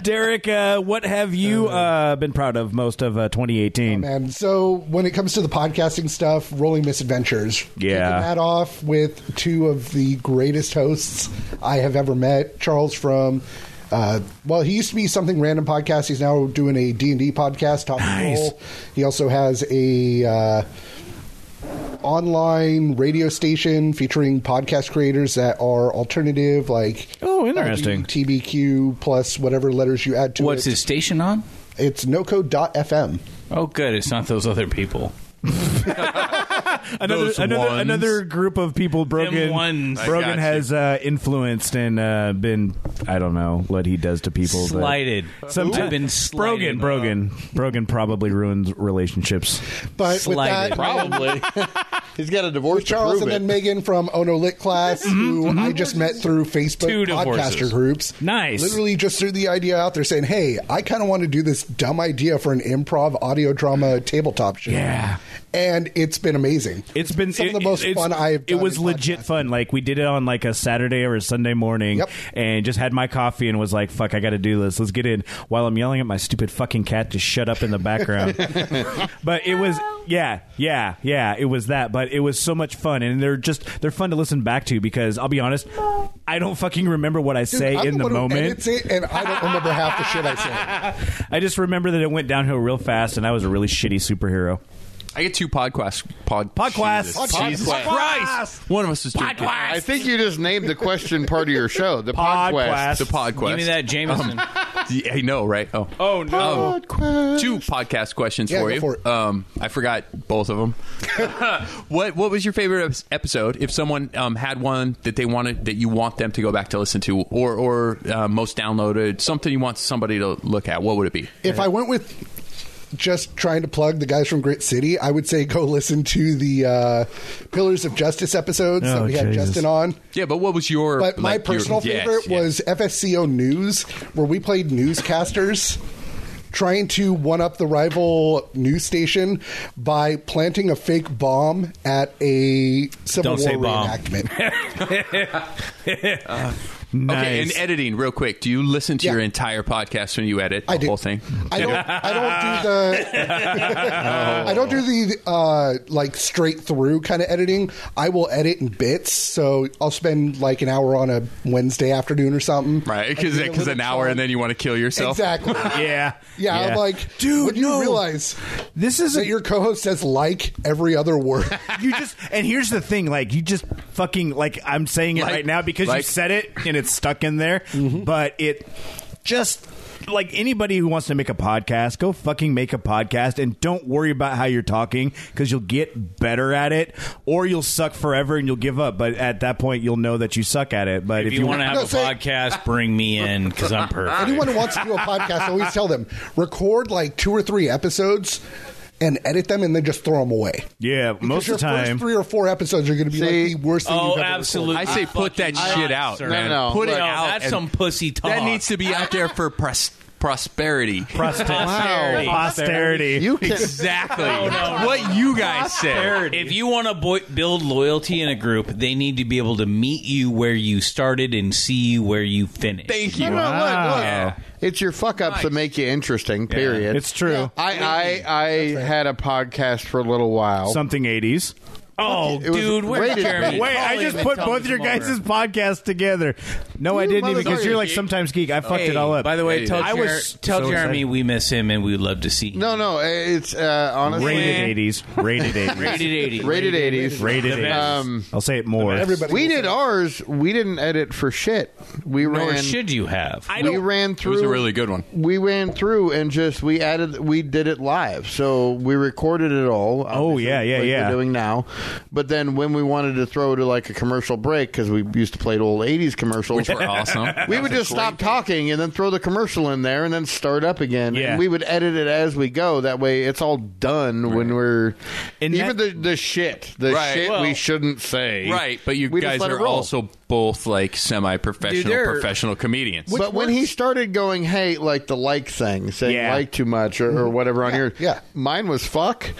Speaker 1: Derek, uh, what have you uh, been proud of most of uh, 2018?
Speaker 8: And so when it comes to the podcasting stuff, Rolling Misadventures.
Speaker 1: Yeah.
Speaker 8: Kicking that off with two of the greatest hosts I have ever met. Charles from uh, well, he used to be something random podcast. He's now doing a D&D podcast, Top
Speaker 1: Nice.
Speaker 8: Control. He also has a uh, online radio station featuring podcast creators that are alternative like uh,
Speaker 1: Oh, interesting.
Speaker 8: TBQ plus whatever letters you add to
Speaker 2: you. What's
Speaker 8: it.
Speaker 2: his station on?
Speaker 8: It's noco.fm.
Speaker 2: Oh, good. It's not those other people.
Speaker 1: another
Speaker 3: Those
Speaker 1: another
Speaker 3: ones.
Speaker 1: another group of people Brogan
Speaker 2: Them ones. I
Speaker 1: Brogan
Speaker 3: got you.
Speaker 1: has uh, influenced and uh, been I don't know what he does to people. that-
Speaker 2: Slighted.
Speaker 1: Someti-
Speaker 2: I've been slighted.
Speaker 1: Brogan Brogan Brogan probably ruins relationships.
Speaker 8: But
Speaker 2: Slighted.
Speaker 8: with that
Speaker 6: Probably. he's got a divorce. to
Speaker 8: Charles
Speaker 6: prove
Speaker 8: and
Speaker 6: it.
Speaker 8: then Megan from Oh No Lit Class,
Speaker 1: Mm-hmm.
Speaker 8: who I just met through Facebook
Speaker 2: Two
Speaker 8: podcaster
Speaker 2: divorces.
Speaker 8: groups.
Speaker 1: Nice.
Speaker 8: Literally just threw the idea out there saying, hey, I kind of want to do this dumb idea for an improv audio drama tabletop show.
Speaker 1: Yeah.
Speaker 8: And it's been amazing.
Speaker 1: It's been
Speaker 8: some
Speaker 1: it-
Speaker 8: of the most
Speaker 1: it's-
Speaker 8: fun I have done.
Speaker 1: It was
Speaker 8: in
Speaker 1: legit
Speaker 8: podcasting.
Speaker 1: fun. Like we did it on like a Saturday or a Sunday morning,
Speaker 8: Yep.
Speaker 1: and just had my coffee and was like, "Fuck, I got to do this. Let's get in." While I'm yelling at my stupid fucking cat to shut up in the background. but it was yeah, yeah, yeah. It was that, but it was so much fun, and they're just they're fun to listen back to because I'll be honest, I don't fucking remember what I
Speaker 8: Dude,
Speaker 1: say
Speaker 8: I'm
Speaker 1: in the
Speaker 8: one who
Speaker 1: moment.
Speaker 8: edits it, and I don't remember half the shit I say.
Speaker 1: I just remember that it went downhill real fast, and I was a really shitty superhero.
Speaker 3: I get two podquests. Pod,
Speaker 1: Podquests.
Speaker 3: Jesus.
Speaker 1: Podquests.
Speaker 3: Jesus
Speaker 1: Podquests.
Speaker 3: Christ. One of us is drinking.
Speaker 6: I think you just named the question part of your show, the
Speaker 1: Podquest.
Speaker 6: podcast.
Speaker 3: The podquest.
Speaker 2: Give me that Jameson.
Speaker 3: Yeah, I know, right? Oh,
Speaker 2: oh no.
Speaker 6: Podquest.
Speaker 3: two podcast questions
Speaker 8: Yeah,
Speaker 3: for
Speaker 8: go
Speaker 3: you.
Speaker 8: for it.
Speaker 3: Um, I forgot both of them. what What was your favorite ep- episode? If someone um, had one that they wanted that you want them to go back to listen to, or or uh, most downloaded, something you want somebody to look at, what would it be?
Speaker 8: If I went with just trying to plug the guys from Grit City, I would say go listen to the uh, Pillars of Justice episodes that
Speaker 1: Oh,
Speaker 8: we had
Speaker 1: Jesus.
Speaker 8: Justin on.
Speaker 3: Yeah, but what was your?
Speaker 8: But my
Speaker 3: like, your-
Speaker 8: personal
Speaker 3: yes,
Speaker 8: favorite
Speaker 3: yes.
Speaker 8: was FSCO News, where we played newscasters trying to one up the rival news station by planting a fake bomb at a Civil
Speaker 2: Don't say
Speaker 8: War
Speaker 2: bomb.
Speaker 8: reenactment.
Speaker 3: Okay, and editing real quick. Do you listen to
Speaker 8: Yeah.
Speaker 3: your entire podcast when you edit the
Speaker 8: I do.
Speaker 3: whole thing?
Speaker 8: I don't. I don't do the.
Speaker 3: Oh.
Speaker 8: I don't do the uh, like straight through kind of editing. I will edit in bits, so I'll spend like an hour on a Wednesday afternoon or something.
Speaker 3: Right,
Speaker 8: I do a
Speaker 3: because
Speaker 8: little
Speaker 3: an hour
Speaker 8: song.
Speaker 3: and then you want to kill yourself.
Speaker 8: exactly.
Speaker 1: yeah.
Speaker 8: Yeah, I'm like,
Speaker 1: dude,
Speaker 8: When
Speaker 1: no.
Speaker 8: you realize
Speaker 1: this is
Speaker 8: that your co-host says like every other word.
Speaker 1: you just and here's the thing like you just fucking like i'm saying it
Speaker 3: Like-
Speaker 1: right now because you
Speaker 3: like-
Speaker 1: said it and it's stuck in there
Speaker 9: Mm-hmm.
Speaker 1: but it just like anybody who wants to make a podcast go fucking make a podcast and don't worry about how you're talking because you'll get better at it or you'll suck forever and you'll give up but at that point you'll know that you suck at it but
Speaker 2: If you want to have
Speaker 8: No,
Speaker 2: a
Speaker 8: say-
Speaker 2: podcast, bring me in because I'm perfect.
Speaker 8: Anyone who wants to do a podcast, I always tell them record like two or three episodes and edit them, and then just throw them away.
Speaker 1: yeah most of
Speaker 8: your
Speaker 1: the time
Speaker 8: first three or four episodes are going to be
Speaker 6: See?
Speaker 8: like the worst thing.
Speaker 2: Oh,
Speaker 8: you've ever
Speaker 2: absolutely!
Speaker 3: I say put that
Speaker 2: Fucking
Speaker 3: shit
Speaker 2: not,
Speaker 3: out,
Speaker 2: sir.
Speaker 3: man.
Speaker 6: No, no,
Speaker 3: put it
Speaker 2: No,
Speaker 3: out.
Speaker 2: That's
Speaker 3: and-
Speaker 2: some pussy talk.
Speaker 3: That needs to be out there for pros- prosperity.
Speaker 2: posterity.
Speaker 1: posterity
Speaker 6: You can.
Speaker 3: exactly. What you guys said.
Speaker 2: If you want to boy- build loyalty in a group, they need to be able to meet you where you started and see you where you finished.
Speaker 3: Thank
Speaker 6: No,
Speaker 3: you.
Speaker 6: no, look, look.
Speaker 3: Yeah.
Speaker 6: It's your fuck ups that make you interesting. Period.
Speaker 1: it's true
Speaker 6: I I, I had a podcast for a little while.
Speaker 1: something 80s
Speaker 2: oh,
Speaker 6: It was
Speaker 2: dude, where's
Speaker 6: rated-
Speaker 2: Jeremy?
Speaker 1: Wait, I just put both your guys' podcasts together. No, I didn't even because
Speaker 6: motherfucker.
Speaker 1: you're like sometimes geek. I fucked it all up.
Speaker 2: By the way,
Speaker 3: Hey,
Speaker 2: tell,
Speaker 1: I
Speaker 2: Jer-
Speaker 1: was
Speaker 2: tell
Speaker 1: so
Speaker 2: Jeremy
Speaker 1: excited.
Speaker 2: we miss him and we'd love to see him.
Speaker 6: no, no, it's uh, honestly
Speaker 1: rated 80s, rated 80s,
Speaker 2: Rated 80.
Speaker 6: rated eighties.
Speaker 1: rated
Speaker 2: The best.
Speaker 1: 80s.
Speaker 6: Um,
Speaker 1: I'll say it more.
Speaker 8: Everybody,
Speaker 6: we did ours. We didn't edit for shit. We
Speaker 2: Nor
Speaker 6: ran.
Speaker 2: should you have.
Speaker 6: we ran
Speaker 3: It
Speaker 6: through.
Speaker 3: was a really good one.
Speaker 6: we ran through and just we added we did it live so we recorded it all obviously,
Speaker 1: Oh, yeah, yeah,
Speaker 6: like
Speaker 1: yeah.
Speaker 6: we're doing now but then when we wanted to throw to like a commercial break because we used to play old 80s commercials
Speaker 3: Which were awesome.
Speaker 6: we would just stop talking and then throw the commercial in there and then start up again
Speaker 1: Yeah.
Speaker 6: and we would edit it as we go that way it's all done when we're
Speaker 1: And
Speaker 6: even
Speaker 1: that-
Speaker 6: the, the shit the
Speaker 3: Right.
Speaker 6: shit
Speaker 3: Well-
Speaker 6: we shouldn't say
Speaker 3: Right, but you
Speaker 6: We just
Speaker 3: guys
Speaker 6: let it
Speaker 3: are
Speaker 6: roll.
Speaker 3: also both like
Speaker 2: Dude,
Speaker 3: semi-professional,
Speaker 2: they're-
Speaker 3: professional comedians.
Speaker 6: but when he started going, hey, like the like thing, saying
Speaker 1: Yeah.
Speaker 6: like too much or, or whatever on here,
Speaker 8: yeah.
Speaker 6: mine was fuck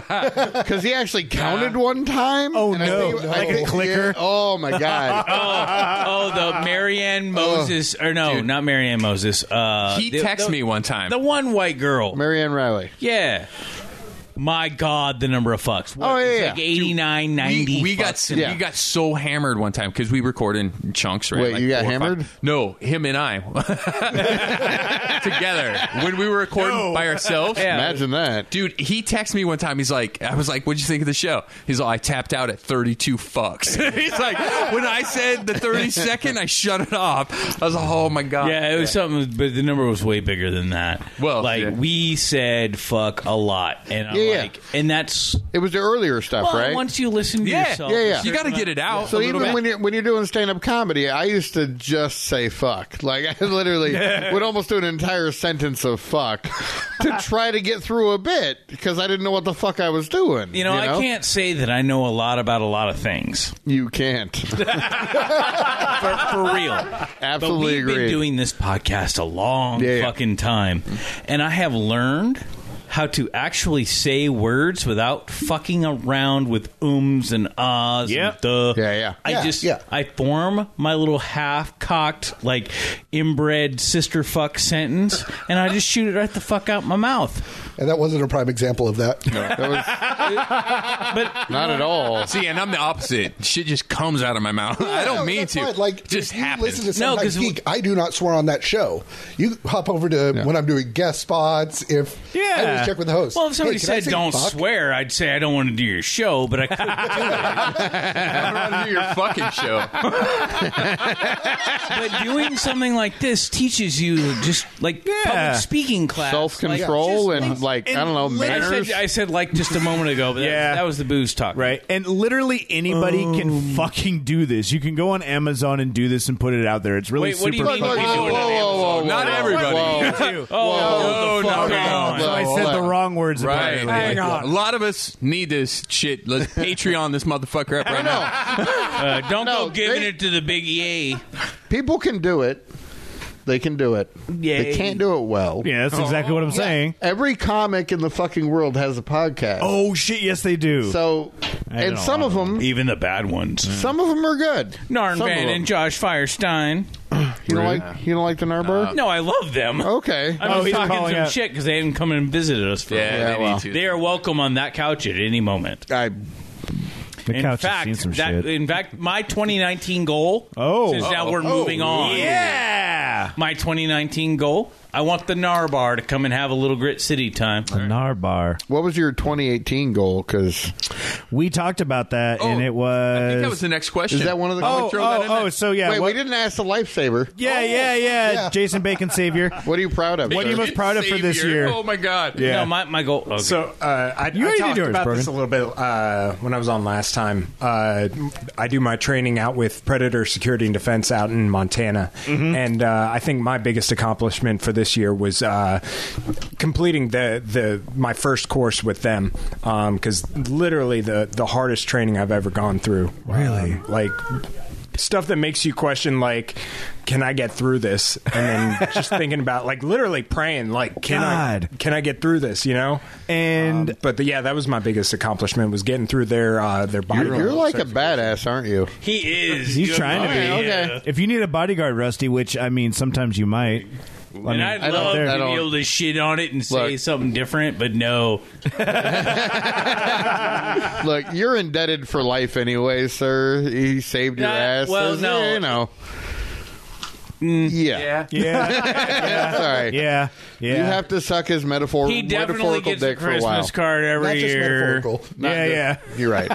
Speaker 6: because he actually counted one time.
Speaker 1: Oh,
Speaker 6: and I
Speaker 1: no.
Speaker 6: think- I
Speaker 1: Like a
Speaker 6: think-
Speaker 1: clicker?
Speaker 6: yeah. oh my god!
Speaker 2: oh, the Marianne
Speaker 6: Oh.
Speaker 2: Moses, or no,
Speaker 3: Dude.
Speaker 2: not Marianne Moses. Uh,
Speaker 3: he
Speaker 2: the-
Speaker 3: texted
Speaker 2: the-
Speaker 3: me one time.
Speaker 2: The one white girl.
Speaker 6: Marianne Riley.
Speaker 2: Yeah. My God, the number of fucks. What,
Speaker 6: Oh, yeah,
Speaker 2: it's
Speaker 6: yeah.
Speaker 2: Like 89, 90.
Speaker 3: we, we got
Speaker 2: fucks in
Speaker 6: Yeah.
Speaker 3: we got so hammered one time because we record in chunks, right?
Speaker 6: Wait, you got
Speaker 3: four or five-
Speaker 6: hammered?
Speaker 3: No, him and I together when we were recording by ourselves.
Speaker 6: Imagine that.
Speaker 3: Dude, he texted me one time. He's like, I was like, what'd you think of the show? He's like, I tapped out at 32 fucks. he's like, when I said the 32nd, I shut it off. I was like, oh my God.
Speaker 2: Yeah, it was something, but the number was way bigger than that.
Speaker 3: Well,
Speaker 2: like
Speaker 3: yeah.
Speaker 2: we said, fuck a lot, and I'm
Speaker 6: Yeah, yeah.
Speaker 2: like, and that's
Speaker 6: It was the earlier stuff,
Speaker 2: well,
Speaker 6: right?
Speaker 2: once you listen to
Speaker 3: Yeah,
Speaker 2: yourself,
Speaker 6: yeah, yeah.
Speaker 2: a
Speaker 3: You got to
Speaker 2: certain
Speaker 3: get it
Speaker 2: amount-
Speaker 3: out. a
Speaker 6: so
Speaker 3: little
Speaker 6: even
Speaker 3: bit.
Speaker 6: when you're when you're doing stand up comedy, I used to just say fuck. Like I literally would almost do an entire sentence of fuck to try to get through a bit because I didn't know what the fuck I was doing.
Speaker 2: You know, I can't say that I know a lot about a lot of things
Speaker 6: You can't.
Speaker 2: for, for real.
Speaker 6: Absolutely
Speaker 2: but we've
Speaker 6: agree.
Speaker 2: been doing this podcast a long
Speaker 6: Yeah, yeah.
Speaker 2: fucking time, and I have learned how to actually say words without fucking around with ums and ahs
Speaker 1: Yep.
Speaker 2: and the.
Speaker 6: Yeah, yeah.
Speaker 2: I
Speaker 8: Yeah,
Speaker 2: just
Speaker 8: yeah.
Speaker 2: I form my little half cocked like inbred sister fuck sentence, and I just shoot it right the fuck out my mouth.
Speaker 8: And that wasn't a prime example of that.
Speaker 6: That was
Speaker 2: But
Speaker 6: not at all.
Speaker 3: See, and I'm the opposite. Shit just comes out of my mouth. I
Speaker 8: No,
Speaker 3: don't mean
Speaker 8: that's
Speaker 3: to.
Speaker 8: fine. Like,
Speaker 3: It just
Speaker 8: if you
Speaker 3: happens.
Speaker 8: Listen to
Speaker 2: No,
Speaker 8: no,
Speaker 2: 'cause
Speaker 8: geek. I do not swear on that show. You hop over to when I'm doing guest spots. If
Speaker 9: Yeah.
Speaker 8: I always check with the host.
Speaker 2: well, if somebody
Speaker 8: Hey, can I
Speaker 2: said
Speaker 8: say
Speaker 2: don't
Speaker 8: fuck?"
Speaker 2: swear, I'd say I don't want to do your show, but I could
Speaker 3: I don't want to do your fucking show.
Speaker 2: but doing something like this teaches you just like public speaking class,
Speaker 6: Self control
Speaker 2: Like, just-
Speaker 6: and like I don't know
Speaker 2: I
Speaker 6: manners.
Speaker 2: said, I said like just a moment ago, but
Speaker 9: Yeah.
Speaker 2: that, that was the booze talk,
Speaker 9: Right. And literally anybody can fucking do this. You can go on Amazon and do this and put it out there. It's really
Speaker 2: Wait, what do you
Speaker 9: super
Speaker 2: mean?
Speaker 9: fucking
Speaker 2: What do you
Speaker 6: whoa,
Speaker 2: doing
Speaker 6: whoa,
Speaker 2: on
Speaker 6: whoa, whoa,
Speaker 3: Amazon? Not
Speaker 6: whoa,
Speaker 3: everybody.
Speaker 6: Whoa.
Speaker 9: do.
Speaker 2: Oh,
Speaker 6: Whoa,
Speaker 3: no, no, no.
Speaker 9: So I said the wrong words. about
Speaker 3: Right.
Speaker 9: it.
Speaker 3: Like,
Speaker 9: Hang
Speaker 3: A
Speaker 9: on.
Speaker 3: lot of us need this shit. Let's Patreon this motherfucker up right now.
Speaker 2: Uh, don't
Speaker 6: No,
Speaker 2: go giving
Speaker 6: they-
Speaker 2: it to the big E. EA.
Speaker 6: People can do it. They can do it. They can't do it well.
Speaker 9: Yeah, that's exactly what I'm saying.
Speaker 6: Every comic in the fucking world has a podcast.
Speaker 9: Oh shit! Yes, they do.
Speaker 6: So,
Speaker 9: I
Speaker 6: and
Speaker 9: don't
Speaker 6: some
Speaker 9: know.
Speaker 6: of them,
Speaker 2: Even the bad ones.
Speaker 6: some of them are good.
Speaker 2: Narn
Speaker 6: Some of
Speaker 2: Van
Speaker 6: them.
Speaker 2: and Josh Firestein.
Speaker 6: You don't like you don't like the Narber?
Speaker 2: No, I love them.
Speaker 6: Okay.
Speaker 2: I'm
Speaker 9: Oh,
Speaker 2: just
Speaker 9: he's
Speaker 2: talking
Speaker 9: calling
Speaker 2: some
Speaker 9: out.
Speaker 2: shit because they haven't come and visited us. For a
Speaker 3: Yeah,
Speaker 2: while.
Speaker 3: they
Speaker 6: well.
Speaker 3: need to.
Speaker 2: They are welcome on that couch at any moment.
Speaker 6: I
Speaker 9: the
Speaker 2: In
Speaker 9: couch
Speaker 2: fact,
Speaker 9: has seen some
Speaker 2: that,
Speaker 9: shit.
Speaker 2: in fact, my 2019 goal.
Speaker 9: Oh.
Speaker 2: since now we're moving on.
Speaker 9: yeah.
Speaker 2: my 2019 goal. I want the Narbar to come and have a little Grit City time.
Speaker 9: Narbar.
Speaker 6: what was your 2018 goal? Because
Speaker 9: We talked about that, and it was.
Speaker 3: I think that was the next question.
Speaker 6: is that one of the?
Speaker 9: Oh,
Speaker 6: Can we throw that
Speaker 9: oh,
Speaker 6: in there?
Speaker 9: oh, so yeah,
Speaker 6: Wait, we
Speaker 9: what-
Speaker 6: didn't ask the lifesaver.
Speaker 9: yeah, yeah, yeah,
Speaker 8: Yeah.
Speaker 9: Jason Bacon savior.
Speaker 6: What are you proud of?
Speaker 9: What are
Speaker 6: sir?
Speaker 9: you most proud of for this
Speaker 3: Savior.
Speaker 9: year?
Speaker 3: Oh my god.
Speaker 9: Yeah.
Speaker 2: No, my, my goal. okay.
Speaker 7: So uh, I,
Speaker 9: You
Speaker 7: I
Speaker 9: already
Speaker 7: talked
Speaker 9: did yours,
Speaker 7: about
Speaker 9: Brogan.
Speaker 7: this a little bit uh, when I was on last time. Uh, I do my training out with Predator Security and Defense out in Montana,
Speaker 9: Mm-hmm.
Speaker 7: and uh, I think my biggest accomplishment for this year was uh, completing the the my first course with them because literally the the hardest training I've ever gone through. Really, like. Stuff that makes you question, like, can I get through this? And then just thinking about, like, literally praying, like, can
Speaker 9: God.
Speaker 7: I can I get through this? You know,
Speaker 9: And
Speaker 7: Um, but the, yeah, that was my biggest accomplishment was getting through their uh, their body.
Speaker 6: You're, you're like a badass, aren't you?
Speaker 2: he is.
Speaker 9: he's
Speaker 2: Good
Speaker 9: trying to be.
Speaker 2: lord.
Speaker 6: Okay,
Speaker 2: Yeah.
Speaker 9: if you need a bodyguard, Rusty, which I mean, sometimes you might. I mean,
Speaker 2: And I'd
Speaker 6: don't-
Speaker 2: love
Speaker 6: I
Speaker 2: to
Speaker 6: don't-
Speaker 2: be able to shit on it and say
Speaker 6: Look.
Speaker 2: something different, but no.
Speaker 6: Look, you're indebted for life anyway, sir. He saved your
Speaker 2: Nah,
Speaker 6: ass.
Speaker 2: well,
Speaker 6: so,
Speaker 2: no.
Speaker 6: you know. yeah. Yeah.
Speaker 9: yeah,
Speaker 6: Sorry.
Speaker 9: yeah, yeah.
Speaker 6: You have to suck his metaphor-
Speaker 2: He definitely
Speaker 6: metaphorical
Speaker 2: gets a
Speaker 6: dick for a while.
Speaker 2: Christmas card every
Speaker 8: Not just
Speaker 2: year.
Speaker 8: metaphorical.
Speaker 6: Not
Speaker 9: Yeah,
Speaker 6: good.
Speaker 9: yeah.
Speaker 6: You're right.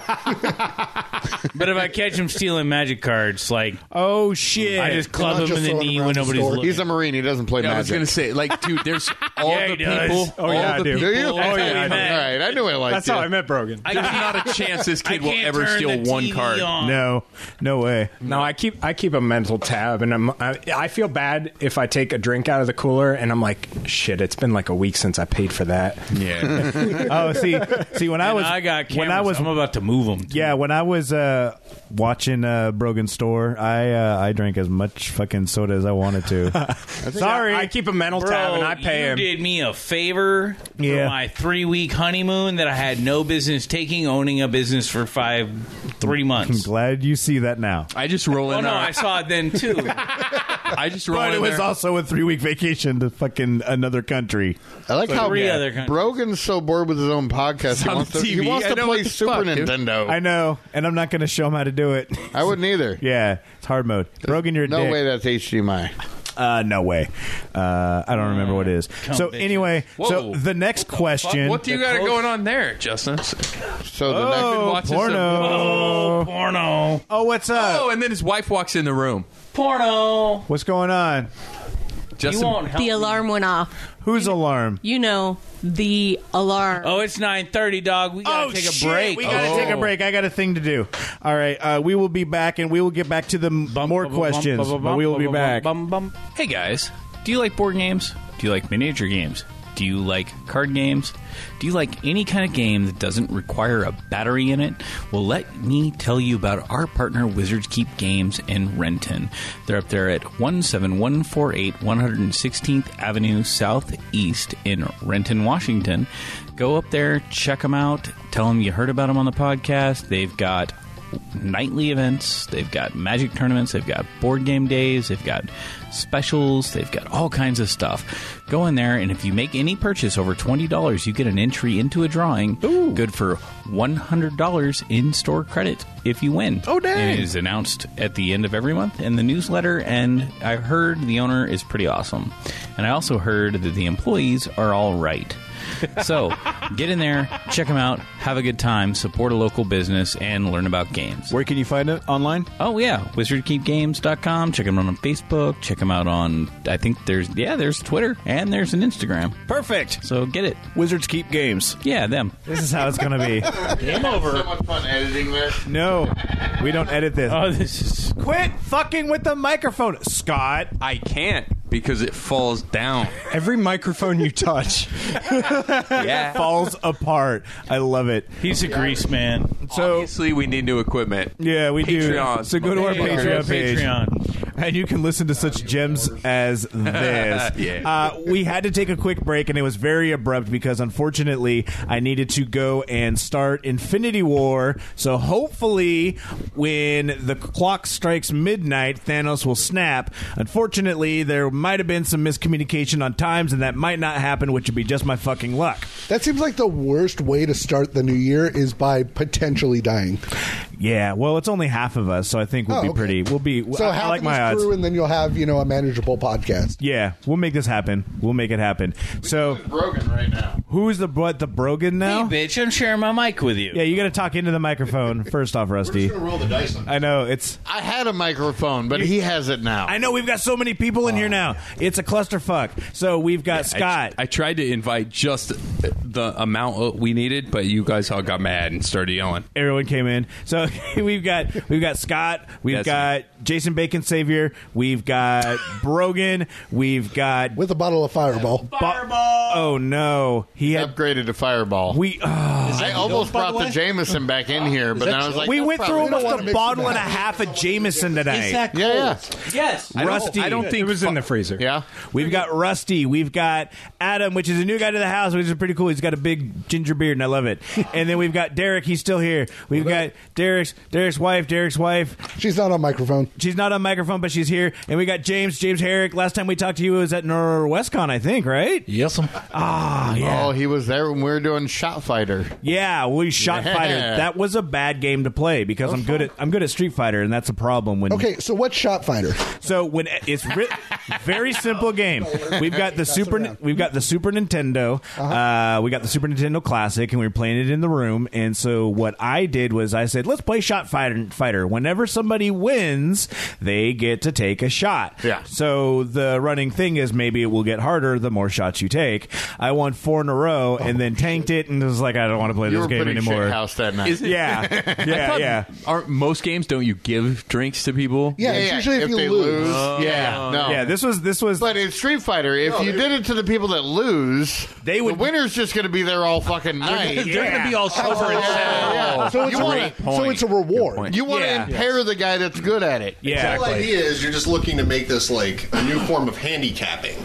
Speaker 2: But if I catch him stealing magic cards, like
Speaker 9: oh shit!
Speaker 2: I just club
Speaker 8: Not
Speaker 2: him
Speaker 8: just
Speaker 2: in the
Speaker 8: throwing
Speaker 2: knee when
Speaker 8: them around the
Speaker 2: nobody's
Speaker 8: store.
Speaker 2: looking.
Speaker 6: He's a Marine. He doesn't play
Speaker 3: Yeah, I was
Speaker 6: magic.
Speaker 3: gonna say, like, dude, there's all
Speaker 2: Yeah, he
Speaker 3: the
Speaker 2: does.
Speaker 3: people.
Speaker 2: Oh,
Speaker 3: all
Speaker 7: yeah, I
Speaker 3: the
Speaker 7: do.
Speaker 6: Do
Speaker 3: people.
Speaker 6: you?
Speaker 2: That's how we
Speaker 6: All
Speaker 2: met.
Speaker 6: right. I knew I liked
Speaker 7: That's
Speaker 6: you.
Speaker 7: how I met Brogan.
Speaker 2: I
Speaker 3: There's
Speaker 2: can't-
Speaker 3: not a chance this
Speaker 2: I
Speaker 3: kid will
Speaker 2: can't
Speaker 3: ever
Speaker 2: turn
Speaker 3: steal
Speaker 2: the
Speaker 3: one
Speaker 2: TV
Speaker 3: card.
Speaker 2: on.
Speaker 9: no, no way.
Speaker 7: No, I keep I keep a mental tab, and I'm, I I feel bad if I take a drink out of the cooler, and I'm like, shit, it's been like a week since I paid for that.
Speaker 3: Yeah.
Speaker 9: Oh, see, see, when I
Speaker 2: And
Speaker 9: was
Speaker 2: I got cameras.
Speaker 9: when I was
Speaker 2: I'm about to move him.
Speaker 9: Yeah, when I was uh, watching uh, Brogan Store, I uh, I drank as much fucking soda as I wanted to. Sorry,
Speaker 7: I, keep a mental tab,
Speaker 2: Bro,
Speaker 7: and I pay
Speaker 2: you
Speaker 7: him.
Speaker 2: did me a favor
Speaker 9: Yeah.
Speaker 2: for my three week honeymoon that I had no business taking, owning a business for five, three months.
Speaker 9: glad you see that now.
Speaker 3: I just roll in
Speaker 2: Oh no,
Speaker 3: there.
Speaker 2: I saw it then too. I
Speaker 3: I just roll
Speaker 9: But
Speaker 3: in
Speaker 9: it was
Speaker 3: there.
Speaker 9: also a three week vacation to fucking another country.
Speaker 6: I like how
Speaker 2: Three other countries.
Speaker 6: Brogan's so bored with his own podcast. He
Speaker 3: on
Speaker 6: wants, to,
Speaker 3: the
Speaker 6: he
Speaker 3: TV.
Speaker 6: wants
Speaker 3: I
Speaker 6: to
Speaker 3: know
Speaker 6: play
Speaker 3: what the fuck,
Speaker 6: Super
Speaker 3: dude.
Speaker 6: Nintendo.
Speaker 9: I know, and I'm not going to show him how to do it.
Speaker 6: I wouldn't either.
Speaker 9: yeah, it's hard mode. Brogan, you're a
Speaker 6: No
Speaker 9: dick.
Speaker 6: way that's HDMI.
Speaker 9: Uh, no way. Uh, I don't remember what it is. So
Speaker 2: bitches.
Speaker 9: anyway, so
Speaker 3: Whoa.
Speaker 9: the next question.
Speaker 3: What do you got going on there, Justin?
Speaker 6: So the
Speaker 9: Oh,
Speaker 3: watching some-
Speaker 9: porno.
Speaker 2: porno,
Speaker 9: Oh, what's up?
Speaker 10: Uh,
Speaker 3: Oh, and then his wife walks in the room.
Speaker 2: porno.
Speaker 9: What's going on?
Speaker 2: You
Speaker 3: Justin,
Speaker 2: won't help.
Speaker 11: The alarm went off.
Speaker 9: Whose alarm?
Speaker 11: You know, the alarm.
Speaker 2: Oh, it's nine thirty, dog. We gotta take a
Speaker 9: Oh, shit.
Speaker 2: break. Oh.
Speaker 9: We gotta take a break. I got a thing to do. All right, uh, we will be back, and we will get back to the m- more questions. but we will be back.
Speaker 2: Hey guys, do you like board games? Do you like miniature games? Do you like card games? Do you like any kind of game that doesn't require a battery in it? Well, let me tell you about our partner Wizards Keep Games in Renton. They're up there at 17148 116th Avenue Southeast in Renton, Washington. Go up there, check them out, tell them you heard about them on the podcast. They've got nightly events. They've got magic tournaments. They've got board game days. They've got specials. They've got all kinds of stuff. Go in there, and if you make any purchase over twenty dollars, you get an entry into a drawing. Good for one hundred dollars in store credit if you win.
Speaker 9: Oh, dang.
Speaker 2: And it is announced at the end of every month in the newsletter. And I heard the owner is pretty awesome, and I also heard that the employees are all right. so get in there, check them out, have a good time, support a local business, and learn about games.
Speaker 9: Where can you find it online?
Speaker 2: Oh yeah, wizardkeepgames.com. Check them out on Facebook. Check them out on I think there's yeah there's Twitter and there's an Instagram.
Speaker 9: Perfect.
Speaker 2: So get it.
Speaker 9: Wizards keep games.
Speaker 2: Yeah, them.
Speaker 9: This is how it's gonna be.
Speaker 2: Game over.
Speaker 6: So much fun editing this.
Speaker 9: No, we don't edit this.
Speaker 2: Oh, this is
Speaker 9: Quit fucking with the microphone, Scott.
Speaker 3: I can't because it falls down.
Speaker 12: Every microphone you touch.
Speaker 3: Yeah.
Speaker 9: Falls apart. I love it.
Speaker 2: he's a grease man.
Speaker 9: So
Speaker 3: Obviously, we need new equipment.
Speaker 9: yeah, we do.
Speaker 3: Patreon.
Speaker 9: So go to our
Speaker 3: Hey,
Speaker 9: Patreon page.
Speaker 2: Patreon.
Speaker 9: and you can listen to such gems as this.
Speaker 3: Yeah.
Speaker 9: uh, we had to take a quick break, and it was very abrupt because unfortunately I needed to go and start Infinity War. So hopefully, when the clock strikes midnight, Thanos will snap. Unfortunately, there might have been some miscommunication on times, and that might not happen, which would be just my fucking luck.
Speaker 8: That seems like the worst way to start the new year is by potentially dying.
Speaker 9: Yeah, well, it's only half of us, so I think we'll
Speaker 8: Oh,
Speaker 9: be
Speaker 8: okay.
Speaker 9: pretty. We'll be.
Speaker 8: So
Speaker 9: I, I
Speaker 8: half
Speaker 9: like
Speaker 8: of
Speaker 9: my
Speaker 8: this
Speaker 9: odds.
Speaker 8: crew, and then you'll have you know a manageable podcast.
Speaker 9: yeah, we'll make this happen. We'll make it happen. So
Speaker 6: Brogan right now.
Speaker 9: Who's the what the Brogan now?
Speaker 2: Hey, bitch, I'm sharing my mic with you.
Speaker 9: yeah, you got to talk into the microphone first off, Rusty.
Speaker 6: roll the dice on
Speaker 9: I know it's.
Speaker 6: I had a microphone, but he has it now.
Speaker 9: I know we've got so many people in here now. It's a clusterfuck. So we've got Scott.
Speaker 3: I, I tried to invite just the amount we needed, but you guys all got mad and started yelling.
Speaker 9: Everyone came in. So we've got we've got Scott. We've
Speaker 3: That's
Speaker 9: got Jason Bacon Savior. We've got Brogan. We've got
Speaker 8: With a bottle of Fireball,
Speaker 9: Fireball. Oh no, he had.
Speaker 6: upgraded to Fireball.
Speaker 9: We ah.
Speaker 6: I almost brought the Jameson back in here, but then I was like,
Speaker 9: we
Speaker 6: that's
Speaker 9: went through
Speaker 6: probably-
Speaker 9: almost
Speaker 8: wanna
Speaker 9: a
Speaker 8: mix
Speaker 9: bottle
Speaker 8: it
Speaker 9: and a
Speaker 8: up.
Speaker 9: half of Jameson today.
Speaker 6: Yeah, yeah,
Speaker 2: Yes.
Speaker 3: I don't-
Speaker 9: Rusty.
Speaker 3: I don't think
Speaker 12: It was in the freezer.
Speaker 6: yeah.
Speaker 9: We've got Rusty. We've got Adam, which is a new guy to the house, which is pretty cool. He's got a big ginger beard, and I love it. And then we've got Derek. He's still here. We've got Derek's Derek's wife. Derek's wife.
Speaker 8: she's not on microphone.
Speaker 9: She's not on microphone, but she's here. And we got James. James Herrick. Last time we talked to you it was at NorwestCon, I think, right?
Speaker 10: Yes, I'm-
Speaker 9: Ah, yeah,
Speaker 6: Oh, he was there when we were doing Shot Fighter.
Speaker 9: yeah. We shot
Speaker 6: Yeah.
Speaker 9: fighter. That was a bad game to play because I'm good at I'm good at Street Fighter, and that's a problem when
Speaker 8: Okay, so what's Shot Fighter?
Speaker 9: So when e, it's ri- very simple game. We've got the super.
Speaker 8: around.
Speaker 9: We've got the Super Nintendo.
Speaker 10: Uh-huh.
Speaker 9: Uh, we got the Super Nintendo Classic, and we were playing it in the room. And so what I did was I said, "Let's play Shot Fighter." Fighter. Whenever somebody wins, they get to take a shot.
Speaker 6: Yeah.
Speaker 9: So the running thing is maybe it will get harder the more shots you take. I won four in a
Speaker 1: Oh,
Speaker 9: row, and then tanked it, and was like, "I don't want to play
Speaker 6: You
Speaker 9: this
Speaker 6: were
Speaker 9: game
Speaker 6: pretty shit
Speaker 9: anymore."
Speaker 6: house that night.
Speaker 3: Is it-
Speaker 9: Yeah, yeah,
Speaker 3: thought-
Speaker 9: yeah.
Speaker 3: Aren't most games? Don't you give drinks to people?
Speaker 8: Yeah, it's usually if, you
Speaker 6: they
Speaker 8: lose.
Speaker 6: yeah, no.
Speaker 9: Oh. Yeah, this was this was
Speaker 6: but in Street Fighter, if you did it to the people that lose,
Speaker 9: They would-
Speaker 6: the winner's just going to be there all fucking night.
Speaker 3: They're going to be all sober and sad.
Speaker 6: yeah.
Speaker 9: Oh,
Speaker 8: So it's
Speaker 6: You
Speaker 8: a,
Speaker 6: wanna-
Speaker 8: re- so it's a reward.
Speaker 6: You want to
Speaker 9: Yeah.
Speaker 6: impair the guy that's good at it.
Speaker 9: yeah.
Speaker 13: The whole idea is you're just looking to make this like a new form of handicapping.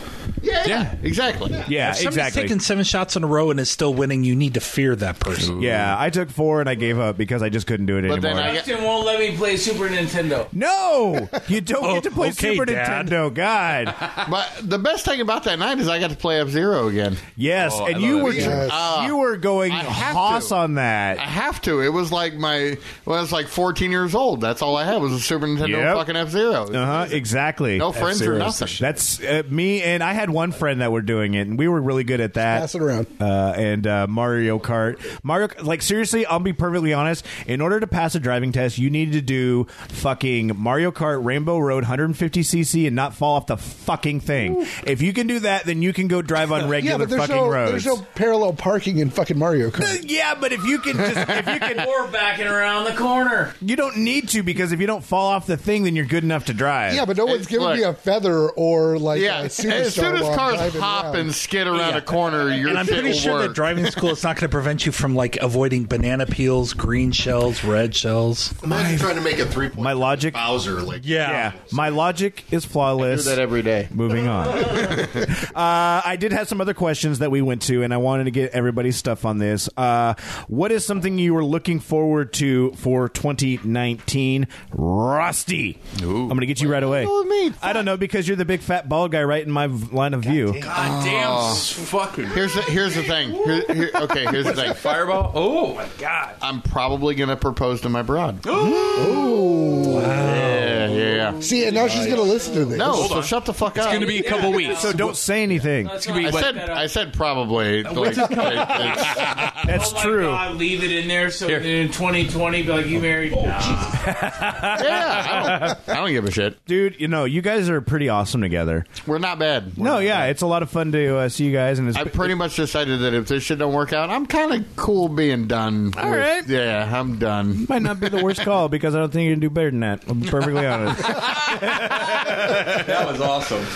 Speaker 6: Yeah, yeah, exactly.
Speaker 9: Yeah,
Speaker 10: if somebody's
Speaker 9: exactly.
Speaker 10: taking seven shots in a row and is still winning, you need to fear that person.
Speaker 9: Yeah, I took four and I gave up because I just couldn't do it
Speaker 6: But
Speaker 9: anymore.
Speaker 6: then I get,
Speaker 2: won't let me play Super Nintendo.
Speaker 9: no, you don't get to play
Speaker 10: okay,
Speaker 9: Super
Speaker 10: Dad.
Speaker 9: Nintendo. God,
Speaker 6: but the best thing about that night is I got to play F Zero again.
Speaker 9: yes,
Speaker 3: Oh, I
Speaker 9: and you
Speaker 3: love
Speaker 9: were
Speaker 3: it.
Speaker 8: Yes.
Speaker 9: you were going
Speaker 6: I have
Speaker 9: hoss
Speaker 6: to.
Speaker 9: on
Speaker 6: I
Speaker 9: that.
Speaker 6: have to. It was like my well, I was like 14 years old. That's all I had was a Super Nintendo
Speaker 9: Yep.
Speaker 6: fucking F Zero.
Speaker 14: Uh-huh.
Speaker 9: Uh huh. Exactly.
Speaker 6: No friends
Speaker 12: F-Zero's
Speaker 6: or nothing.
Speaker 12: the shit.
Speaker 9: That's uh, me and I had one friend that were doing it, and we were really good at that.
Speaker 8: Pass it around.
Speaker 9: Uh, and uh, Mario Kart, Mario, like seriously, I'll be perfectly honest. In order to pass a driving test, you need to do fucking Mario Kart Rainbow Road 150cc and not fall off the fucking thing. If you can do that, then you can go drive on
Speaker 8: Yeah,
Speaker 9: regular
Speaker 8: but there's
Speaker 9: fucking
Speaker 8: no
Speaker 9: roads.
Speaker 8: there's no parallel parking in fucking Mario Kart.
Speaker 9: yeah, but if you can just if you can
Speaker 2: Or backing around the corner.
Speaker 9: you don't need to because if you don't fall off the thing then you're good enough to drive.
Speaker 8: Yeah, but no one's giving
Speaker 6: look.
Speaker 8: me a feather or like
Speaker 6: Yeah,
Speaker 8: a
Speaker 6: as
Speaker 8: superstar.
Speaker 6: soon long as
Speaker 8: while I'm
Speaker 6: cars
Speaker 8: driving
Speaker 6: hop
Speaker 8: around.
Speaker 6: and skid around a corner, your
Speaker 14: and I'm
Speaker 6: shit
Speaker 14: pretty
Speaker 6: will
Speaker 14: sure
Speaker 6: work.
Speaker 14: that driving school is not going to prevent you from like avoiding banana peels, green shells, red shells.
Speaker 15: Imagine trying to make a three point.
Speaker 9: My logic.
Speaker 15: Bowser, like
Speaker 9: Yeah. My logic is flawless.
Speaker 15: I do that
Speaker 9: every day. Moving on. uh, I did have some other questions that we went to, and I wanted to get everybody's stuff on this. Uh, what is something you were looking forward to for 2019? Rusty. I'm going to get you right away. I don't know because you're the big fat bald guy right in my v- line of view.
Speaker 3: God damn, s- fucking
Speaker 6: Here's the, here's the thing. Here- here- okay, here's the thing.
Speaker 3: fireball. Oh my god.
Speaker 6: I'm probably gonna propose to my broad. Yeah, yeah, yeah.
Speaker 8: See, and now she's going to listen to this.
Speaker 6: No, so shut the fuck
Speaker 3: It's
Speaker 6: up.
Speaker 3: going to be a couple weeks.
Speaker 9: So don't say anything.
Speaker 2: That's
Speaker 6: I said
Speaker 3: uh,
Speaker 6: I said probably. Like, it- it's-
Speaker 9: That's true.
Speaker 2: leave it in there so in 2020, be like, you married.
Speaker 9: Oh,
Speaker 6: yeah, I don't, I don't give a shit.
Speaker 9: Dude, you know, you guys are pretty awesome together.
Speaker 6: We're not bad. We're
Speaker 9: No,
Speaker 1: Oh,
Speaker 6: not
Speaker 9: yeah,
Speaker 6: bad.
Speaker 9: it's a lot of fun to uh, see you guys. And it's
Speaker 6: I pretty much decided that if this shit don't work out, I'm kind of cool being done.
Speaker 9: All
Speaker 6: with-
Speaker 9: right.
Speaker 6: Yeah, I'm done.
Speaker 9: might not be the worst call because I don't think you can do better than that. I'm perfectly honest.
Speaker 3: That was awesome.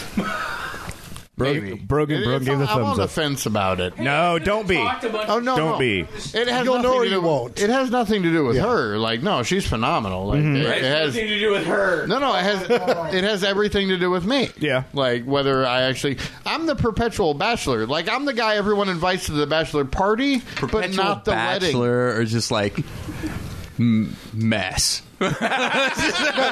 Speaker 6: Maybe.
Speaker 9: Brogan, Brogan,
Speaker 6: It-
Speaker 9: Brogan
Speaker 6: it's-
Speaker 9: gave the
Speaker 6: I'm
Speaker 9: thumbs
Speaker 6: on the
Speaker 9: up.
Speaker 6: fence about it.
Speaker 9: No, don't be.
Speaker 6: Oh no,
Speaker 9: Don't
Speaker 6: no.
Speaker 9: be.
Speaker 6: It has
Speaker 8: You'll
Speaker 6: nothing
Speaker 8: know or
Speaker 6: to do
Speaker 8: you
Speaker 6: with-
Speaker 8: won't. Mm-hmm.
Speaker 6: It has nothing to do with her. Like, no, she's phenomenal. Like, it, it has
Speaker 2: to do with her.
Speaker 6: no, no. It has it has everything to do with me.
Speaker 9: Yeah.
Speaker 6: like whether I actually, I'm the perpetual bachelor. Like, I'm the guy everyone invites to the bachelor party, but
Speaker 3: Perpetual
Speaker 6: not the wedding.
Speaker 3: bachelor or just like m- mess.
Speaker 6: Yeah,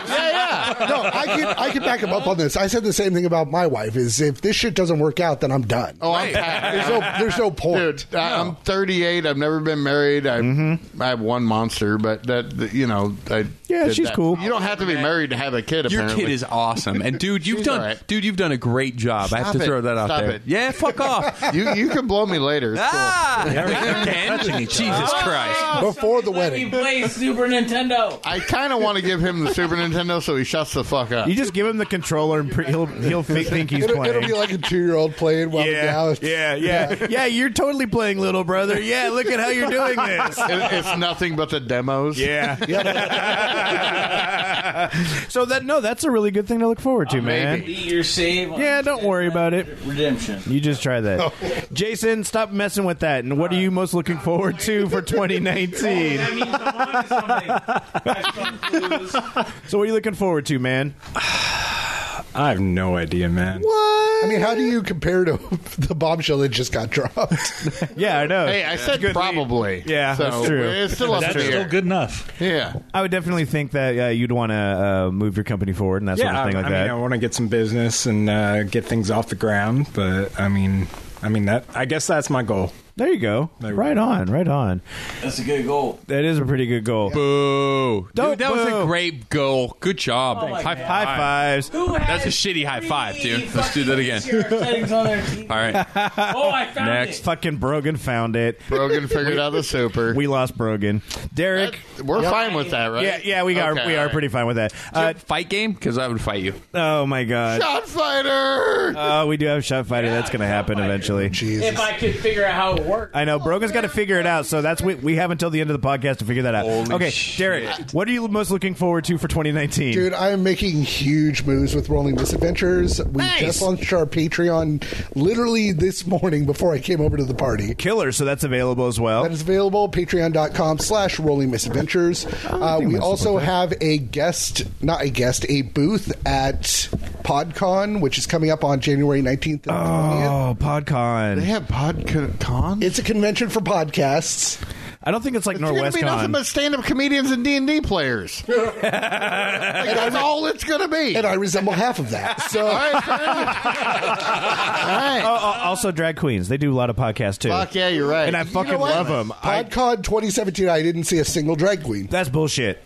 Speaker 6: yeah.
Speaker 8: no, I can I can back him up on this. I said the same thing about my wife. Is if this shit doesn't work out, then I'm done.
Speaker 6: Oh, I'm packed.
Speaker 8: there's no there's no Mm-hmm. point.
Speaker 6: Dude, I, I'm 38. I've never been married. I, I have one monster, but that that, you know, I
Speaker 9: Yeah,
Speaker 6: did
Speaker 9: she's
Speaker 6: that.
Speaker 9: cool.
Speaker 6: You don't have to be married to have a kid.
Speaker 3: Your
Speaker 6: Apparently,
Speaker 3: kid is awesome, and dude, you've
Speaker 6: She's
Speaker 3: done
Speaker 6: all right.
Speaker 3: dude, you've done a great job. I have
Speaker 6: Stop
Speaker 3: to
Speaker 6: it.
Speaker 3: throw that out
Speaker 6: Stop
Speaker 3: there.
Speaker 6: it.
Speaker 3: Yeah, fuck off.
Speaker 6: You you can blow me later. It's cool.
Speaker 3: ah,
Speaker 14: Again? Touching each other.
Speaker 3: Jesus Christ.
Speaker 8: Before the wedding.
Speaker 2: play Super Nintendo.
Speaker 6: I kind of want to give him the Super Nintendo so he shuts the fuck up.
Speaker 9: You just give him the controller and pre- he'll he'll fi- think he's
Speaker 8: It'll,
Speaker 9: playing.
Speaker 8: it'll be like a two year old playing while the
Speaker 9: yeah,
Speaker 8: gal.
Speaker 9: yeah, yeah, yeah, You're totally playing, little brother. Yeah, look at how you're doing this.
Speaker 6: It- it's nothing but the demos.
Speaker 9: Yeah. so that no, that's a really good thing to look forward to, man.
Speaker 2: Be your save. on
Speaker 9: Yeah, don't worry about it.
Speaker 2: Redemption.
Speaker 9: You just try
Speaker 8: Oh.
Speaker 9: that. Jason, stop messing with that. And what are you most looking forward to for 2019?
Speaker 2: I mean, come on, something.
Speaker 9: So what are you looking forward to, man?
Speaker 7: I have no idea, man.
Speaker 8: I mean, how do you compare to the bombshell that just got dropped?
Speaker 9: Yeah, I know.
Speaker 6: Hey, I said probably.
Speaker 9: Yeah,
Speaker 6: so
Speaker 9: that's true.
Speaker 6: It's still up
Speaker 14: That's
Speaker 6: to
Speaker 14: still good enough.
Speaker 6: Yeah,
Speaker 9: I would definitely think that uh, you'd want to uh, move your company forward and that sort
Speaker 7: Yeah,
Speaker 9: of thing
Speaker 7: I,
Speaker 9: like
Speaker 7: I
Speaker 9: that.
Speaker 7: mean, I want to get some business and uh, get things off the ground, but I mean, I mean that. I guess that's my goal.
Speaker 9: there you go.
Speaker 7: There we
Speaker 9: right
Speaker 7: go.
Speaker 9: on. Right on.
Speaker 2: That's a good goal.
Speaker 9: That is a pretty good goal.
Speaker 3: Boo.
Speaker 9: Don't
Speaker 3: dude, that was
Speaker 9: boo.
Speaker 3: a great goal. Good job.
Speaker 2: Oh
Speaker 3: high five.
Speaker 9: High fives.
Speaker 3: That's a shitty high five, dude. Let's do that again. All right.
Speaker 2: Oh, I found
Speaker 3: Next.
Speaker 9: Fucking Brogan found it.
Speaker 6: Brogan figured out the super.
Speaker 9: We lost Brogan. Derek.
Speaker 6: That- we're fine with that, right?
Speaker 9: yeah, yeah, we are
Speaker 6: Okay,
Speaker 9: we
Speaker 6: all
Speaker 9: are
Speaker 6: right.
Speaker 9: pretty fine with that. Uh,
Speaker 3: fight game? Because I would fight you.
Speaker 9: oh my god.
Speaker 6: Shot fighter.
Speaker 9: Oh, we do have shot fighter. That's going to happen eventually.
Speaker 8: Jesus.
Speaker 2: I could figure out how it worked.
Speaker 9: I know Brogan's got to figure it out, so that's we, we have until the end of the podcast to figure that out.
Speaker 3: Holy
Speaker 9: okay, Derek,
Speaker 3: shit.
Speaker 9: what are you most looking forward to for 2019?
Speaker 8: Dude, I'm making huge moves with Rolling Misadventures. We just launched our Patreon literally this morning before I came over to the party.
Speaker 9: Killer, so that's available as well.
Speaker 8: That is available, patreon.com slash rolling misadventures. Uh, we also have a guest, not a guest, a booth at PodCon, which is coming up on January 19th and 20th.
Speaker 9: oh, PodCon.
Speaker 6: They have PodCon.
Speaker 8: It's a convention for podcasts.
Speaker 9: I don't think it's like
Speaker 6: It's gonna be nothing
Speaker 9: NorwestCon.
Speaker 6: but stand-up comedians and D and D players. Like, that's all it's gonna be.
Speaker 8: and I resemble half of that. So
Speaker 6: all right, fair enough. all right.
Speaker 9: Oh, oh, also, drag queens. They do a lot of podcasts too.
Speaker 6: Fuck yeah, you're right.
Speaker 9: And I fucking
Speaker 8: what?
Speaker 9: love them.
Speaker 8: PodCon 2017, I didn't see a single drag queen.
Speaker 9: That's bullshit.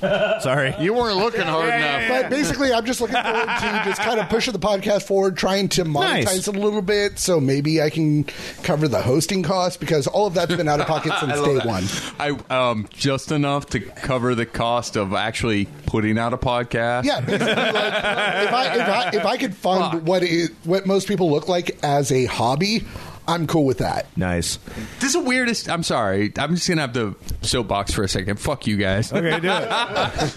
Speaker 9: Sorry.
Speaker 6: you weren't looking hard enough.
Speaker 8: But basically, I'm just looking forward to just kind of pushing the podcast forward, trying to monetize
Speaker 9: Nice.
Speaker 8: it a little bit, so maybe I can cover the hosting costs because all of that's been out of pocket since
Speaker 3: I love
Speaker 8: day
Speaker 3: that.
Speaker 8: one.
Speaker 3: I um just enough to cover the cost of actually putting out a podcast.
Speaker 8: Yeah, basically, like, if I if I if I could fund
Speaker 3: Fuck.
Speaker 8: what it, what most people look like as a hobby, I'm cool with that.
Speaker 9: Nice.
Speaker 3: This is the weirdest. I'm sorry. I'm just gonna have to soapbox for a second. Fuck you guys.
Speaker 9: Okay, do it.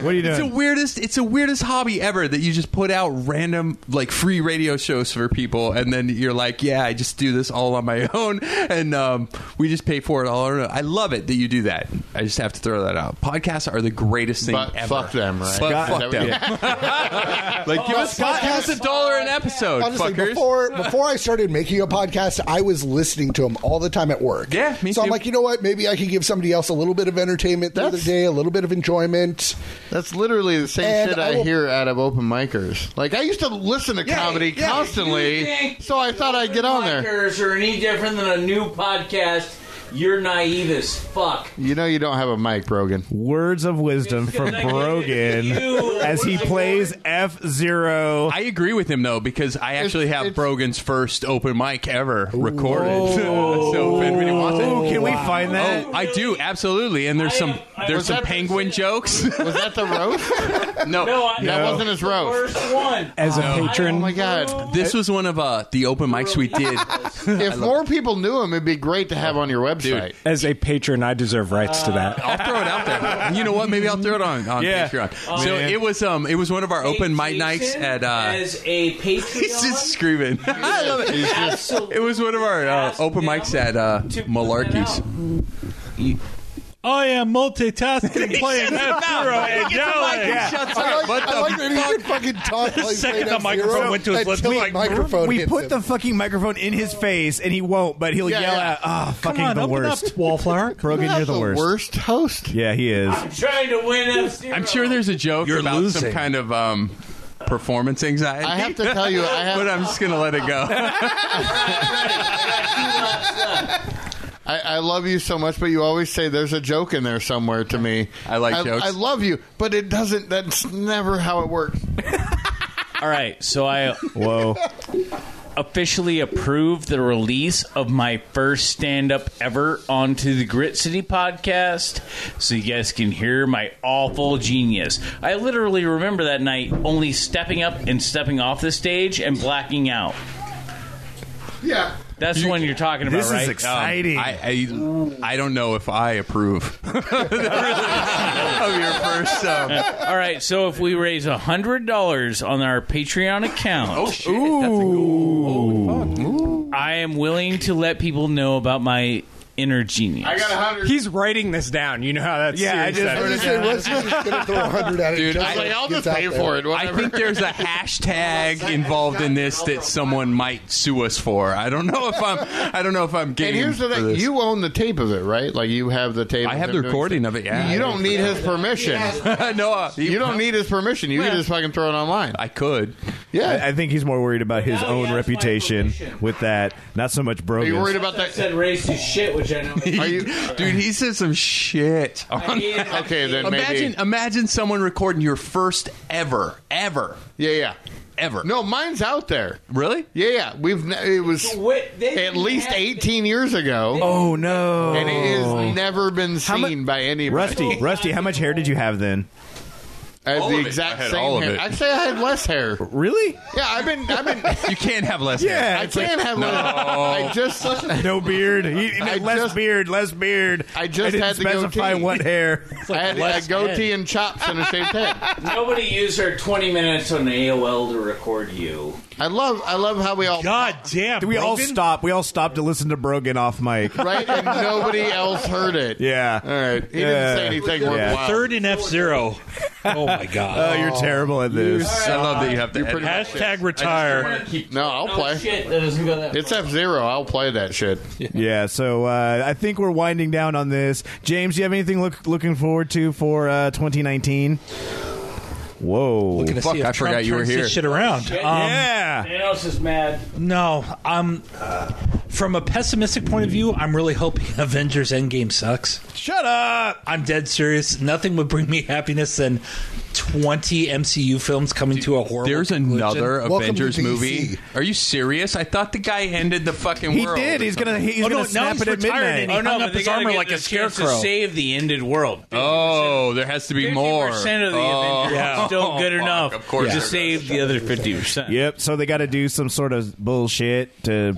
Speaker 9: What are you
Speaker 3: It's the
Speaker 9: doing?
Speaker 3: weirdest. It's the weirdest hobby ever that you just put out random like free radio shows for people, and then you're like, yeah, I just do this all on my own, and um, we just pay for it all. on our own." I love it that you do that. I just have to throw that out. Podcasts are the greatest thing
Speaker 6: But
Speaker 3: ever.
Speaker 6: fuck them, right?
Speaker 3: But
Speaker 6: Scott-
Speaker 3: fuck them. like give us
Speaker 8: Oh, Podcasts-
Speaker 3: give us a dollar an episode,
Speaker 8: Honestly,
Speaker 3: Oh, fuckers.
Speaker 8: before before I started making a podcast, I was listening to them all the time at work.
Speaker 3: Yeah, me
Speaker 8: so I'm
Speaker 3: too.
Speaker 8: like, you know what? Maybe I could give somebody else a little bit of entertainment the other
Speaker 6: That's-
Speaker 8: day, a little bit of enjoyment.
Speaker 6: That's literally the same
Speaker 8: And
Speaker 6: shit
Speaker 8: I
Speaker 6: I,
Speaker 8: will-
Speaker 6: hear out of open micers. Like I used to listen to comedy constantly, so I thought I'd get on there.
Speaker 16: Podcasters are any different than a new podcast. You're naive as fuck.
Speaker 6: You know you don't have a mic, Brogan.
Speaker 9: Words of wisdom from Brogan as he plays F Zero.
Speaker 3: I agree with him though because I actually have
Speaker 6: it's-
Speaker 3: Brogan's first open mic ever recorded. so if anybody wants it,
Speaker 9: Oh, can we find that?
Speaker 3: Oh, I do absolutely. And there's
Speaker 16: I
Speaker 3: some
Speaker 16: am- I
Speaker 3: there's
Speaker 16: was
Speaker 3: some
Speaker 16: that-
Speaker 3: penguin jokes.
Speaker 6: Was that the roast?
Speaker 3: no,
Speaker 16: No, I,
Speaker 6: That wasn't his roast.
Speaker 16: First one.
Speaker 7: As a
Speaker 16: I
Speaker 7: patron-
Speaker 6: Oh
Speaker 16: don't
Speaker 6: my god!
Speaker 16: know.
Speaker 3: this was one of uh, the open mics we did.
Speaker 6: If more people knew him, it'd be great to have on your website.
Speaker 7: As a patron, I deserve rights to that.
Speaker 3: I'll throw it out there. You know what? Maybe I'll throw it on, on
Speaker 9: Yeah.
Speaker 3: Patreon.
Speaker 16: Oh,
Speaker 3: so it was um it was one of our open mic nights
Speaker 16: Jason
Speaker 3: at uh
Speaker 16: as a Patreon.
Speaker 3: he's just screaming. I love it.
Speaker 16: Absolutely.
Speaker 3: It was one of our uh,
Speaker 16: Ask
Speaker 3: open mics
Speaker 16: them
Speaker 3: at uh,
Speaker 16: to put
Speaker 3: Malarkey's.
Speaker 16: that out.
Speaker 2: I am multitasking, playing F Zero and
Speaker 3: Yeah. Shut up. What the
Speaker 8: I like that he could fucking talk. The like
Speaker 2: second
Speaker 8: playing
Speaker 2: the
Speaker 8: F-Zero
Speaker 2: microphone went to his lips,
Speaker 8: until
Speaker 2: we-
Speaker 8: the microphone
Speaker 9: we
Speaker 8: hits
Speaker 9: put
Speaker 8: him.
Speaker 9: the fucking microphone in his face and he won't, but he'll
Speaker 6: Yeah,
Speaker 9: yell
Speaker 6: yeah.
Speaker 9: out, "Ah, fucking the worst."
Speaker 17: wallflower.
Speaker 9: Brogan, you're
Speaker 6: That's
Speaker 9: the worst.
Speaker 6: host.
Speaker 9: Yeah, he is.
Speaker 16: Trying to win F Zero.
Speaker 3: I'm sure there's a joke
Speaker 17: You're
Speaker 3: about some
Speaker 17: losing.
Speaker 3: kind of um, performance anxiety.
Speaker 6: I have to tell you, I have.
Speaker 3: but I'm just gonna let it go.
Speaker 6: I, I love you so much, but you always say there's a joke in there somewhere to me.
Speaker 3: I like jokes.
Speaker 6: I love you, but it doesn't. That's never how it works.
Speaker 2: All right, so I
Speaker 9: Whoa.
Speaker 2: officially approved the release of my first stand up ever onto the Grit City podcast so you guys can hear my awful genius. I literally remember that night only stepping up and stepping off the stage and blacking out.
Speaker 6: Yeah.
Speaker 2: That's the one you're talking about,
Speaker 9: This is
Speaker 2: right?
Speaker 9: exciting.
Speaker 3: Um, I, I I don't know if I approve of your first. Um,
Speaker 2: All right, so if we raise $100 on our Patreon account,
Speaker 3: Oh, shit, that's a
Speaker 2: I am willing to let people know about my inner genius.
Speaker 6: I got a hundred.
Speaker 7: He's writing this down. You know how that's
Speaker 9: Yeah, I just-
Speaker 7: serious that
Speaker 8: I
Speaker 7: is.
Speaker 8: just say, let's just gonna throw a hundred at it.
Speaker 3: Dude,
Speaker 6: I
Speaker 3: I-
Speaker 6: was like, I'll
Speaker 8: gets
Speaker 6: just
Speaker 8: out
Speaker 6: pay
Speaker 8: there.
Speaker 6: for it.
Speaker 3: I
Speaker 6: Whatever.
Speaker 3: think there's a hashtag involved in this that someone might sue us for. I don't know if I'm. I don't know if I'm
Speaker 6: And
Speaker 3: game.
Speaker 6: here's the
Speaker 3: for
Speaker 6: thing:
Speaker 3: this.
Speaker 6: you own the tape of it, right? Like you have the tape.
Speaker 3: I
Speaker 6: of
Speaker 3: have
Speaker 6: him
Speaker 3: the
Speaker 6: doing
Speaker 3: recording
Speaker 6: stuff.
Speaker 3: of it, yeah.
Speaker 6: you don't need his permission.
Speaker 3: no, uh,
Speaker 6: You don't need his permission. You can just fucking throw it online.
Speaker 3: I could.
Speaker 6: Yeah.
Speaker 9: I, I think he's more worried about his
Speaker 16: No, he
Speaker 9: own
Speaker 16: asked my
Speaker 9: reputation
Speaker 16: permission.
Speaker 9: with that. Not so much
Speaker 6: Are
Speaker 9: Brogan.
Speaker 6: you worried about
Speaker 16: I
Speaker 6: that?
Speaker 16: said racist shit, which I know.
Speaker 6: Are you?
Speaker 3: Dude, he said some shit.
Speaker 16: I
Speaker 3: On
Speaker 16: hate it.
Speaker 6: Okay, then maybe.
Speaker 3: imagine, imagine someone recording your first ever, ever,
Speaker 6: Yeah, yeah.
Speaker 3: ever.
Speaker 6: No, mine's out there.
Speaker 3: really?
Speaker 6: Yeah, yeah. We've ne- it was
Speaker 16: Wait, they
Speaker 6: at
Speaker 16: didn't
Speaker 6: least
Speaker 16: have-
Speaker 6: 18 years ago,
Speaker 9: oh no,
Speaker 6: and it has never been
Speaker 9: Oh. mu-
Speaker 6: seen by anybody.
Speaker 9: Rusty, Rusty, how much hair did you have then?
Speaker 6: I had
Speaker 3: All
Speaker 6: the
Speaker 3: of it.
Speaker 6: exact
Speaker 3: I had
Speaker 6: same
Speaker 3: all of
Speaker 6: hair.
Speaker 3: it.
Speaker 6: I'd say I had less hair.
Speaker 9: Really?
Speaker 6: Yeah, I've been, I've been.
Speaker 3: You can't have less. hair.
Speaker 9: Yeah,
Speaker 6: I
Speaker 9: it's like,
Speaker 6: can't have
Speaker 3: No.
Speaker 6: less. I just, I
Speaker 9: no beard. He- he-
Speaker 6: I
Speaker 9: less
Speaker 6: just-
Speaker 9: beard. Less beard.
Speaker 6: I just
Speaker 9: didn't
Speaker 6: had the
Speaker 9: specify
Speaker 6: goatee.
Speaker 9: what hair.
Speaker 6: had a goatee and chops and a shaved head.
Speaker 16: Nobody used her 20 minutes on AOL to record you.
Speaker 6: I love, I love how we all
Speaker 17: God damn.
Speaker 9: we all
Speaker 17: Brogan.
Speaker 9: stopped. We all stopped to listen to Brogan off mic.
Speaker 6: right, and nobody else heard it.
Speaker 9: Yeah.
Speaker 6: All right. He
Speaker 9: Yeah.
Speaker 6: didn't say anything
Speaker 9: Yeah.
Speaker 6: worthwhile.
Speaker 17: Third in F Zero. Oh my god.
Speaker 9: Oh, you're terrible at this.
Speaker 3: I love that you have to. edit that shit.
Speaker 17: Hashtag retire.
Speaker 6: No, I'll
Speaker 16: Oh,
Speaker 6: play.
Speaker 16: shit, that doesn't go that
Speaker 6: It's F Zero. I'll play that shit.
Speaker 9: Yeah, so uh, I think we're winding down on this. James, do you have anything look, looking forward to for uh, 2019? Whoa.
Speaker 17: Looking to
Speaker 3: Fuck,
Speaker 17: see if
Speaker 3: I
Speaker 17: Trump
Speaker 3: forgot you were
Speaker 17: turns
Speaker 3: here.
Speaker 17: This shit around. Um,
Speaker 9: yeah.
Speaker 16: Everyone else is mad.
Speaker 17: No, um, from a pessimistic point of view, I'm really hoping Avengers Endgame sucks.
Speaker 9: Shut up.
Speaker 17: I'm dead serious. Nothing would bring me happiness than
Speaker 8: 20 MCU films coming to a horrible
Speaker 3: There's
Speaker 8: conclusion.
Speaker 3: another Avengers movie. Are you serious? I thought the guy ended the fucking
Speaker 8: He
Speaker 3: world.
Speaker 8: did.
Speaker 3: or
Speaker 8: He's gonna-
Speaker 3: something.
Speaker 8: he's Oh, no, gonna now snap he's it at retired midnight. and he
Speaker 2: Oh no!
Speaker 8: hung
Speaker 2: but
Speaker 8: up
Speaker 2: they
Speaker 8: his
Speaker 2: gotta
Speaker 8: armor
Speaker 2: get
Speaker 8: like a
Speaker 2: this chance to
Speaker 8: scarecrow.
Speaker 2: Save the ended world.
Speaker 3: Oh, there has to be more.
Speaker 2: 50% of the
Speaker 3: oh,
Speaker 2: Avengers
Speaker 3: yeah.
Speaker 2: don't good enough
Speaker 3: of course
Speaker 2: to
Speaker 3: they're
Speaker 2: save the other 50%.
Speaker 9: Yep. So they got to do some sort of bullshit to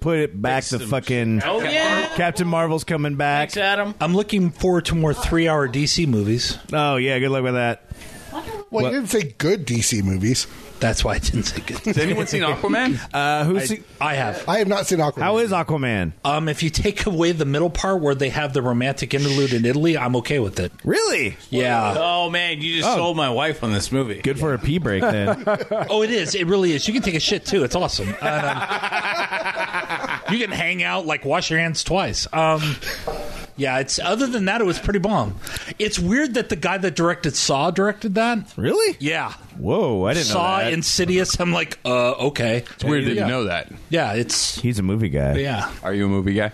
Speaker 9: put it back to fucking.
Speaker 2: Oh, yeah.
Speaker 9: Captain Marvel's coming back. Thanks,
Speaker 2: Adam.
Speaker 8: I'm looking forward to more three-hour DC movies.
Speaker 9: Oh yeah, good luck with that.
Speaker 18: Well, you didn't say good DC movies.
Speaker 8: That's why I didn't say good.
Speaker 3: Has anyone seen Aquaman?
Speaker 9: Uh,
Speaker 8: I,
Speaker 9: who's seen-
Speaker 8: I have.
Speaker 18: I have not seen Aquaman.
Speaker 9: How is Aquaman?
Speaker 8: Um, if you take away the middle part where they have the romantic interlude in Italy, I'm okay with it.
Speaker 9: Really?
Speaker 8: Yeah.
Speaker 2: Oh man, you just
Speaker 8: Oh.
Speaker 2: sold my wife on this movie.
Speaker 9: Good for a pee break then.
Speaker 8: oh, it is. It really is. You can take a shit too. It's awesome. And, um, you can hang out, like wash your hands twice. Um, yeah. It's other than that, it was pretty bomb. It's weird that the guy that directed Saw directed that.
Speaker 9: Really?
Speaker 8: Yeah.
Speaker 9: Whoa, I didn't
Speaker 8: Saw
Speaker 9: know that.
Speaker 8: Insidious. I'm like, uh, okay. It's
Speaker 3: weird that you know that.
Speaker 8: Yeah, it's
Speaker 9: He's a movie guy.
Speaker 8: Yeah.
Speaker 3: Are you a movie guy?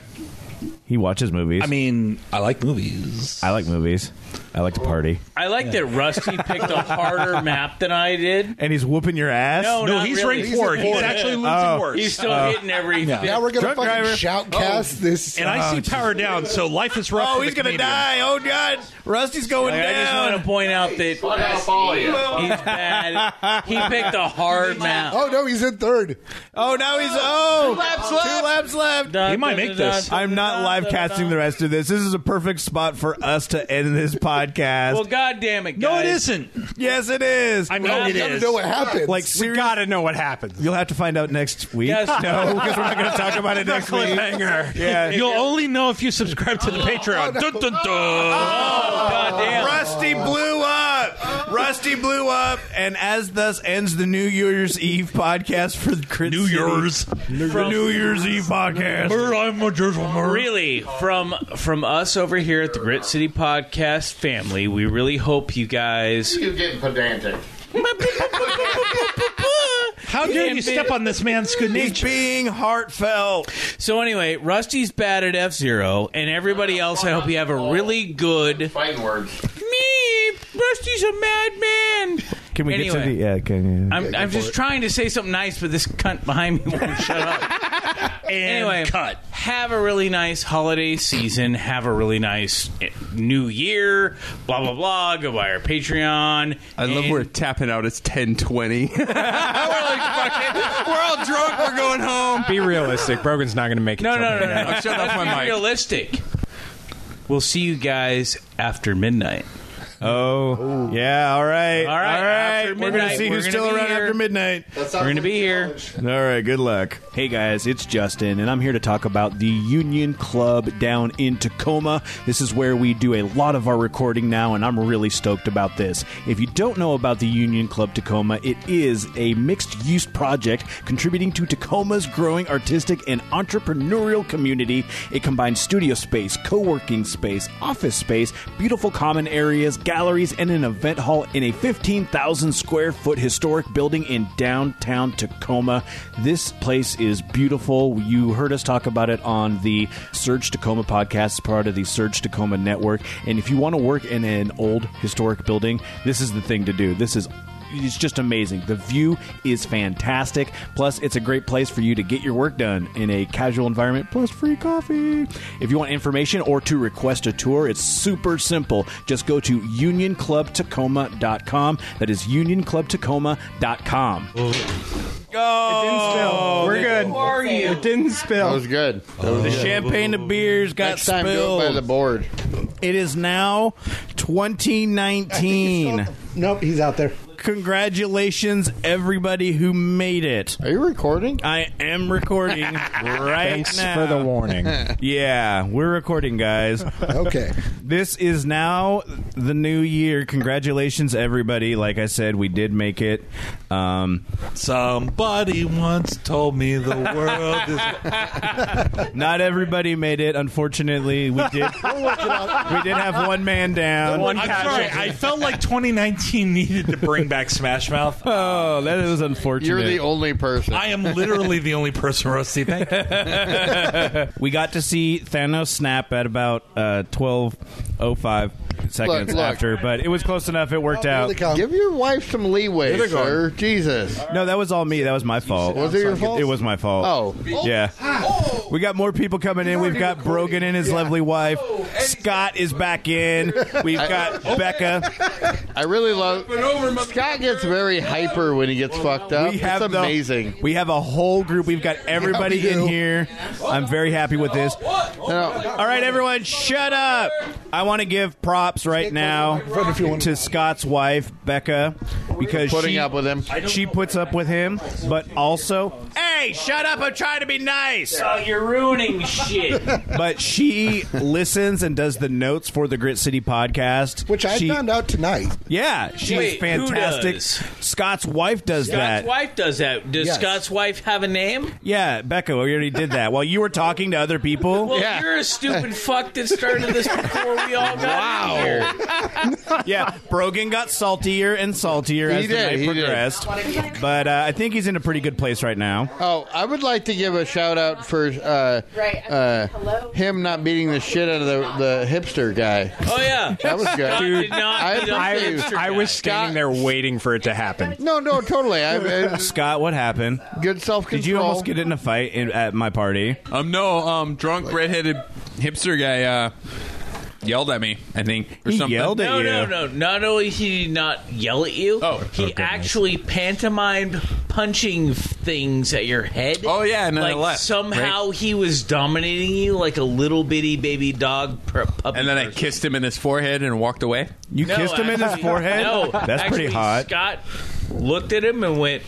Speaker 9: He watches movies.
Speaker 8: I mean, I like movies.
Speaker 9: I like movies. I like to party.
Speaker 2: I like that Rusty picked a harder map than I did.
Speaker 9: And he's whooping your ass.
Speaker 2: No,
Speaker 8: No,
Speaker 2: not
Speaker 8: he's
Speaker 2: really.
Speaker 8: ranked four. He's actually losing worse.
Speaker 2: He's still
Speaker 8: Oh.
Speaker 2: hitting every.
Speaker 8: Yeah. Now we're gonna
Speaker 18: Drunk fucking driver. shoutcast
Speaker 8: Oh.
Speaker 18: this-
Speaker 8: And I
Speaker 18: Oh,
Speaker 8: see power down, so life is rough.
Speaker 2: Oh,
Speaker 8: for
Speaker 2: he's
Speaker 8: the
Speaker 2: gonna
Speaker 8: comedian.
Speaker 2: die.
Speaker 9: Oh God, Rusty's going
Speaker 2: I just
Speaker 8: down.
Speaker 2: want to point out that he's bad. He picked a hard map.
Speaker 18: Oh no, he's in third.
Speaker 9: Oh, now he's oh
Speaker 18: Two laps
Speaker 9: Two
Speaker 18: left.
Speaker 9: laps left.
Speaker 2: He might make this.
Speaker 9: I'm not live casting the rest of this. This is a perfect spot for us to end this podcast.
Speaker 2: Well, God damn it, guys.
Speaker 9: No, it
Speaker 8: isn't.
Speaker 9: Yes, it is.
Speaker 8: I mean, it is.
Speaker 9: Like,
Speaker 7: we
Speaker 9: seriously,
Speaker 7: gotta know what happens.
Speaker 9: you'll have to find out next week.
Speaker 7: Yes.
Speaker 9: No, because we're not going to talk about it
Speaker 7: The
Speaker 9: next week.
Speaker 7: cliffhanger.
Speaker 9: Yeah.
Speaker 8: You'll only know if you subscribe to the Patreon. Dun, dun, dun.
Speaker 9: Rusty blew up. Rusty blew up, and as thus ends the New Year's Eve podcast for the Crit New
Speaker 8: Year's
Speaker 9: for New Year's Eve podcast.
Speaker 8: I'm a gentleman.
Speaker 2: Really, from from us over here at the Grit City Podcast family, we really hope you guys.
Speaker 6: You're getting pedantic.
Speaker 2: Ah!
Speaker 8: How dare you step on this man's good nature?
Speaker 9: Being heartfelt.
Speaker 2: So anyway, Rusty's bad at F Zero, and everybody else. I hope you have a really good.
Speaker 6: Fighting words.
Speaker 2: Me, Rusty's a madman.
Speaker 9: Can we get to the?
Speaker 2: Anyway.
Speaker 9: Yeah, can you?
Speaker 2: I'm, I'm just trying to say something nice, but this cunt behind me won't shut up. anyway,
Speaker 8: cut.
Speaker 2: Have a really nice holiday season. Have a really nice eh, New Year. Blah blah blah. Go buy our Patreon.
Speaker 3: I love
Speaker 2: And-
Speaker 3: we're tapping out. It's ten twenty. we're like fucking. We're all drunk. We're going home.
Speaker 7: Be realistic. Brogan's not gonna make it.
Speaker 2: No,
Speaker 7: till
Speaker 2: no, no, no.
Speaker 7: midnight.
Speaker 2: no.
Speaker 3: Shut off
Speaker 2: Let's
Speaker 3: my
Speaker 2: be
Speaker 3: mic.
Speaker 2: Realistic. We'll see you guys after midnight.
Speaker 9: Oh, yeah. All right.
Speaker 2: All right,
Speaker 9: All right.
Speaker 2: after
Speaker 9: we're gonna
Speaker 2: midnight,
Speaker 9: see
Speaker 2: we're
Speaker 9: who's
Speaker 2: gonna
Speaker 9: still
Speaker 2: be
Speaker 9: around
Speaker 2: here.
Speaker 9: after midnight.
Speaker 2: We're gonna be here.
Speaker 9: All right. Good luck.
Speaker 1: Hey guys, it's Justin, and I'm here to talk about the Union Club down in Tacoma. This is where we do a lot of our recording now, and I'm really stoked about this. If you don't know about the Union Club Tacoma, it is a mixed use project contributing to Tacoma's growing artistic and entrepreneurial community. It combines studio space, co working space, office space, beautiful common areas, galleries, and an event hall in a 15,000 square foot historic building in downtown Tacoma. This place is beautiful. You heard us talk about it on the Surge Tacoma podcast, it's part of the Surge Tacoma network. And if you want to work in an old historic building, this is the thing to do. This is it's just amazing. The view is fantastic. Plus, it's a great place for you to get your work done in a casual environment, plus free coffee. If you want information or to request a tour, it's super simple. Just go to unionclubtacoma.com. That is unionclubtacoma.com.
Speaker 9: Oh,
Speaker 7: We're good.
Speaker 2: are you?
Speaker 7: It didn't
Speaker 6: That
Speaker 7: spill.
Speaker 6: was good. That was
Speaker 9: The
Speaker 6: good.
Speaker 9: champagne of beers got
Speaker 6: Next time, do it by
Speaker 9: spilled.
Speaker 6: the board.
Speaker 9: It is now 2019.
Speaker 18: Nope, he's out there.
Speaker 9: Congratulations, everybody who made it.
Speaker 6: Are you recording?
Speaker 9: I am recording right
Speaker 7: Thanks
Speaker 9: now.
Speaker 7: for the warning.
Speaker 9: yeah, we're recording, guys.
Speaker 18: Okay.
Speaker 9: This is now the new year. Congratulations, everybody. Like I said, we did make it. Um,
Speaker 8: Somebody once told me the world is.
Speaker 9: not everybody made it, unfortunately. We did. we did have one man down.
Speaker 8: I'm sorry. I felt like 2019 needed to bring back Smash Mouth.
Speaker 9: Oh, that is unfortunate.
Speaker 6: You're the only person.
Speaker 8: I am literally the only person, Rusty. Thank you.
Speaker 9: we got to see Thanos snap at about uh, twelve oh five.
Speaker 1: seconds
Speaker 6: Look, look.
Speaker 1: after, but it was close enough. It worked out.
Speaker 6: Give your wife some leeway,
Speaker 1: Here they go.
Speaker 6: sir. Jesus.
Speaker 1: No, that was all me. That was my fault.
Speaker 6: Was it your fault?
Speaker 1: It was my fault.
Speaker 6: Oh.
Speaker 1: yeah. We got more people coming in. We've got Brogan and his lovely wife. Scott is back in. We've got Becca.
Speaker 6: I really love. Scott gets very hyper when he gets fucked up. it's
Speaker 1: the-
Speaker 6: amazing.
Speaker 1: we have a whole group. We've got everybody
Speaker 6: Yeah, we
Speaker 1: in
Speaker 6: do.
Speaker 1: here. I'm very happy with this. All right, everyone, shut up. I want to give props right now to Scott's wife, Becca, because
Speaker 6: Putting
Speaker 1: she,
Speaker 6: up with him.
Speaker 1: She puts up with him, but also, hey, shut up! I'm trying to be nice.
Speaker 19: Oh, you're ruining shit.
Speaker 1: but she listens and does the notes for the Grit City podcast,
Speaker 8: Which I found out tonight.
Speaker 1: Yeah, she's
Speaker 2: Wait, who
Speaker 1: fantastic.
Speaker 2: does?
Speaker 1: Scott's wife does
Speaker 2: Scott's
Speaker 1: that.
Speaker 2: wife does that. Does
Speaker 1: Yes.
Speaker 2: Scott's wife have a name?
Speaker 1: Yeah, Becca, we already did that. While you were talking to other people.
Speaker 2: Well, you're a stupid fuck that started this before we all got
Speaker 1: Wow.
Speaker 2: here.
Speaker 1: yeah, Brogan got saltier and saltier
Speaker 6: He
Speaker 1: as the
Speaker 6: did,
Speaker 1: night
Speaker 6: he did.
Speaker 1: progressed. But uh, I think he's in a pretty good place right now.
Speaker 6: Oh, I would like to give a shout out for uh, uh, him not beating the shit out of the, the hipster guy.
Speaker 2: Oh yeah,
Speaker 6: that was good.
Speaker 7: Dude,
Speaker 6: I appreciate
Speaker 7: I,
Speaker 6: you.
Speaker 7: I was standing there waiting for it to happen.
Speaker 6: No, no, totally. I, I,
Speaker 1: Scott, what happened?
Speaker 6: Good self control.
Speaker 1: Did you almost get in a fight in, at my party?
Speaker 3: Um, no, um, drunk redheaded hipster guy uh, yelled at me. I think or something.
Speaker 2: no, No, no, no. Not only he did not yell at you, oh, he actually pantomimed punching things at your head. Oh
Speaker 3: yeah, and then I
Speaker 2: like
Speaker 3: left,
Speaker 2: somehow he was dominating you like a little bitty baby dog pr- puppy.
Speaker 3: And then I kissed him in his forehead and walked away.
Speaker 1: You
Speaker 2: No, actually- No,
Speaker 3: pretty
Speaker 2: actually, Scott looked at him and went,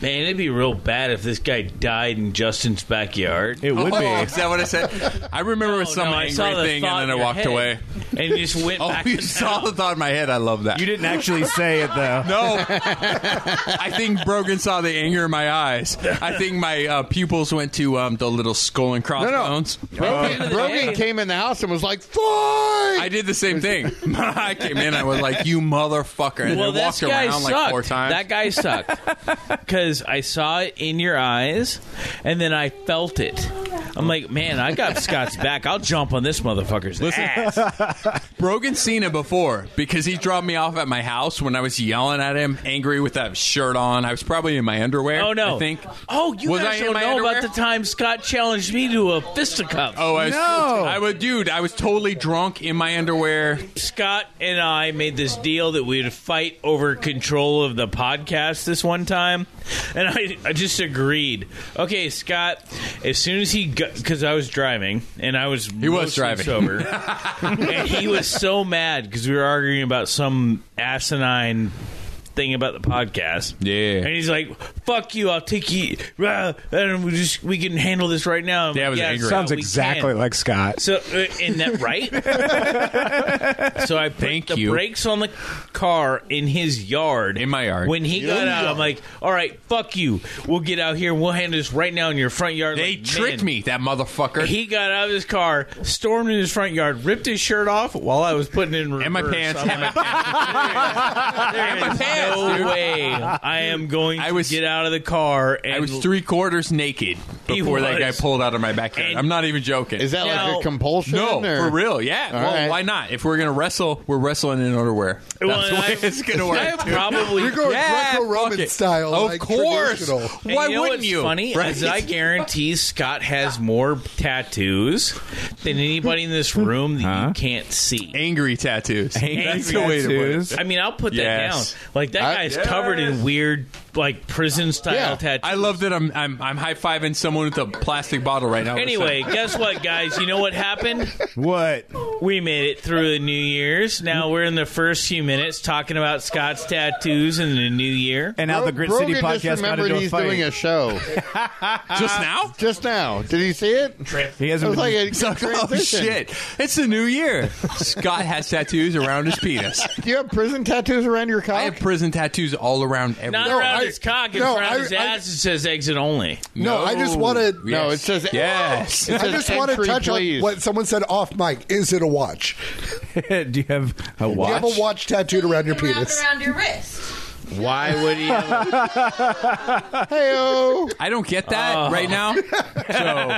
Speaker 2: "Man, it'd be real bad if this guy died in Justin's backyard."
Speaker 1: It
Speaker 3: Oh, Is that what I said? I remember with some
Speaker 2: Oh, no, I
Speaker 3: angry
Speaker 2: saw the
Speaker 3: thing,
Speaker 2: thought in
Speaker 3: and then I
Speaker 2: your
Speaker 3: walked
Speaker 2: head.
Speaker 3: away.
Speaker 2: And you just went
Speaker 3: Oh,
Speaker 2: back
Speaker 3: you
Speaker 2: to
Speaker 3: saw the thought in my head. I love that.
Speaker 1: You didn't actually say it though.
Speaker 3: No, I think Brogan saw the anger in my eyes. I think my uh, pupils went to um, the little skull and crossbones. Uh,
Speaker 6: Brogan, Brogan came in the house and was like, "Fight!"
Speaker 3: I did the same thing. I came in, I was like, "You motherfucker!" And
Speaker 2: well,
Speaker 3: I
Speaker 2: this
Speaker 3: walked
Speaker 2: guy
Speaker 3: around
Speaker 2: sucked.
Speaker 3: like four times.
Speaker 2: That guy sucked because I saw it in your eyes, and then I felt it. I'm like, man, I got Scott's back. I'll jump on this motherfucker's ass.
Speaker 3: Brogan's seen it before because he dropped me off at my house when I was yelling at him, angry with that shirt on. I was probably in my underwear.
Speaker 2: Oh no!
Speaker 3: I think.
Speaker 2: Oh, you
Speaker 3: Was I
Speaker 2: guys
Speaker 3: in
Speaker 2: don't
Speaker 3: my
Speaker 2: know
Speaker 3: underwear?
Speaker 2: about the time Scott challenged me to a fisticuff.
Speaker 3: Oh, I was, I was, dude. I was totally drunk in my underwear.
Speaker 2: Scott and I made this deal that we'd fight over control of the podcast this one time, and I, I just agreed. Okay, Scott, as soon as he got, because I was driving and I was he
Speaker 3: was driving.
Speaker 2: sober, and he was so mad because we were arguing about some asinine thing about the podcast.
Speaker 3: Yeah,
Speaker 2: and he's like, "Fuck you! I'll take you, rah, and we just we can handle this right now." I'm like, Yeah,
Speaker 7: Sounds
Speaker 2: we
Speaker 7: exactly
Speaker 2: can."
Speaker 7: like Scott.
Speaker 2: So, uh, in that right? so I put the
Speaker 7: you.
Speaker 2: brakes on the car in his yard. In
Speaker 3: my yard.
Speaker 2: When he
Speaker 3: Your
Speaker 2: got out,
Speaker 3: yard.
Speaker 2: I'm like, all right, fuck you. We'll get out here. We'll handle this right now in your front yard.
Speaker 3: They
Speaker 2: like,
Speaker 3: tricked
Speaker 2: men.
Speaker 3: me, that motherfucker.
Speaker 2: He got out of his car, stormed in his front yard, ripped his shirt off while I was putting it in reverse. And my pants. I'm like, there is no way I am going to get out of the car. And
Speaker 3: I was three quarters naked
Speaker 2: He
Speaker 3: before that guy
Speaker 2: was.
Speaker 3: pulled out of my backyard. I'm not even joking.
Speaker 6: Is that like a compulsion?
Speaker 3: No,
Speaker 6: or?
Speaker 3: for real. Yeah.
Speaker 6: All
Speaker 3: well,
Speaker 6: right.
Speaker 3: why not? If we're gonna wrestle, we're wrestling in underwear. That's
Speaker 2: Well,
Speaker 3: the way
Speaker 2: I-
Speaker 3: it's gonna work.
Speaker 2: I
Speaker 3: dude.
Speaker 2: probably
Speaker 8: You're going
Speaker 3: Yeah,
Speaker 8: Greco-Roman
Speaker 3: fuck it.
Speaker 8: style,
Speaker 3: Of
Speaker 8: like
Speaker 3: course.
Speaker 8: traditional.
Speaker 2: And
Speaker 3: Why
Speaker 2: you know
Speaker 3: wouldn't
Speaker 2: what's
Speaker 3: you?
Speaker 2: Funny
Speaker 3: Right?
Speaker 2: is I guarantee Scott has more tattoos than anybody in this room that you can't see.
Speaker 3: Angry tattoos.
Speaker 2: Angry
Speaker 3: That's the way to put it.
Speaker 2: I mean, I'll put that
Speaker 3: Yes.
Speaker 2: down. Like that
Speaker 3: I-
Speaker 2: guy's
Speaker 3: Yes.
Speaker 2: covered in weird, like prison style tattoos.
Speaker 3: I love that I'm I'm, I'm high fiving someone with a plastic bottle right now.
Speaker 2: Anyway, guess what, guys? You know what happened?
Speaker 1: What?
Speaker 2: We made it through the New Year's. Now we're in the first few minutes talking about Scott's tattoos and the New Year.
Speaker 1: And how the Grit City
Speaker 6: Brogan
Speaker 1: podcast
Speaker 6: just
Speaker 1: got
Speaker 6: remembered
Speaker 1: into a
Speaker 6: he's
Speaker 1: fight.
Speaker 6: doing a show.
Speaker 2: uh,
Speaker 3: just now?
Speaker 6: Just now. Did he see it?
Speaker 1: He
Speaker 6: It was like a
Speaker 3: oh
Speaker 6: transition.
Speaker 3: shit! It's the new year. Scott has tattoos around his penis.
Speaker 6: Do you have prison tattoos around your cock?
Speaker 3: I have prison tattoos all around everything.
Speaker 2: Not around his cock, in
Speaker 8: no,
Speaker 2: front of
Speaker 8: I-
Speaker 2: his
Speaker 8: I-
Speaker 2: ass. it says exit only.
Speaker 8: No, I just wanna-
Speaker 6: No, it says-
Speaker 3: Oh, yes.
Speaker 8: I just want to touch on what someone said off mic. Is it a watch?
Speaker 1: Do you have a
Speaker 8: Do you
Speaker 1: watch?
Speaker 8: have a watch tattooed around your penis?
Speaker 20: around your wrist.
Speaker 1: Why would he? Have-
Speaker 6: Heyo.
Speaker 3: I don't get that
Speaker 1: Oh.
Speaker 3: right now. So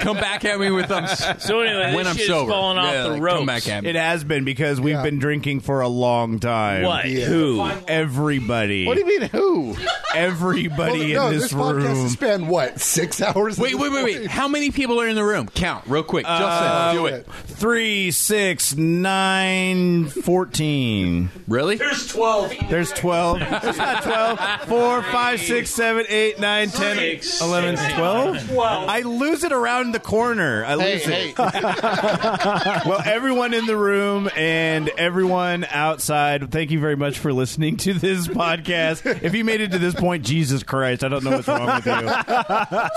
Speaker 3: come back at me with um.
Speaker 9: So anyway,
Speaker 3: when
Speaker 9: this
Speaker 3: I'm
Speaker 9: shit's
Speaker 3: sober,
Speaker 9: falling off
Speaker 3: Yeah,
Speaker 9: the
Speaker 3: like,
Speaker 9: ropes.
Speaker 3: Come back at me.
Speaker 9: It has been because we've
Speaker 3: Yeah.
Speaker 9: been drinking for a long time.
Speaker 3: What? Yeah.
Speaker 9: Who? Everybody.
Speaker 6: What do you mean, who?
Speaker 9: Everybody
Speaker 8: Well, no,
Speaker 9: in this, room.
Speaker 8: podcast has spanned what six hours?
Speaker 3: Wait, wait, wait, wait. How many people are in the room? Count real quick. Justin,
Speaker 9: Uh,
Speaker 3: do it.
Speaker 9: Three, six, nine, fourteen.
Speaker 3: Really?
Speaker 9: There's twelve. There's twelve. There's not twelve. Four, five, six, seven, eight, nine, ten,
Speaker 1: Six,
Speaker 9: eleven,
Speaker 1: six,
Speaker 9: twelve.
Speaker 1: twelve.
Speaker 9: I lose it around the corner. I
Speaker 1: Hey,
Speaker 9: lose
Speaker 1: hey.
Speaker 9: it. well, everyone in the room and everyone outside, thank you very much for listening to this podcast. If you made it to this point, Jesus Christ, I don't know what's wrong with you.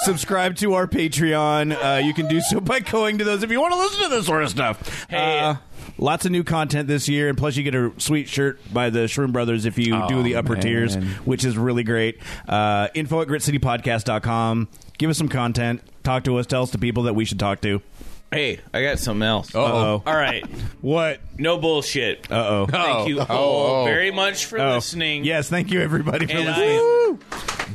Speaker 9: Subscribe to our Patreon. Uh, you can do so by going to those if you want to listen to this sort of stuff. Uh, Lots of new content this year, and plus you get a sweet shirt by the Shroom Brothers if you
Speaker 1: Oh,
Speaker 9: do the upper
Speaker 3: man.
Speaker 9: tiers, which is really great. Uh, info at gritcitypodcast.com. Give us some content. Talk to us. Tell us the people that we should talk to.
Speaker 2: Hey, I got something else.
Speaker 9: Uh-oh.
Speaker 2: All right.
Speaker 9: what?
Speaker 2: No bullshit.
Speaker 9: Uh oh.
Speaker 2: Thank you all very much for listening.
Speaker 9: Yes, thank you everybody for
Speaker 2: And I-
Speaker 9: listening.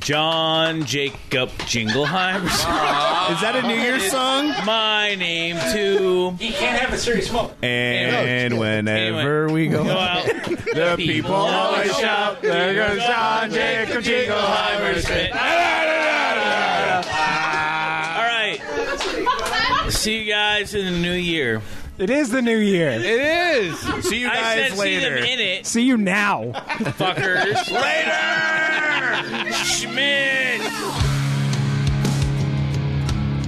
Speaker 2: John Jacob Jingleheimer.
Speaker 9: Is that a New Year's song?
Speaker 2: My name too.
Speaker 21: He can't have a serious moment.
Speaker 9: And whenever we go, out, the people always shout, there goes John Jacob Jingleheimer Smith.
Speaker 2: All right. See you guys in the new year.
Speaker 7: It is the new year. It
Speaker 3: is.
Speaker 2: See you I guys said see them later. in it.
Speaker 7: See you now.
Speaker 2: Fuckers. later! Schmidt!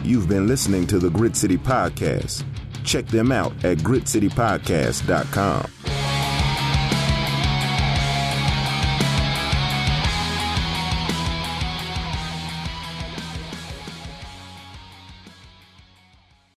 Speaker 22: You've been listening to the Grit City Podcast. Check them out at gritcitypodcast.com.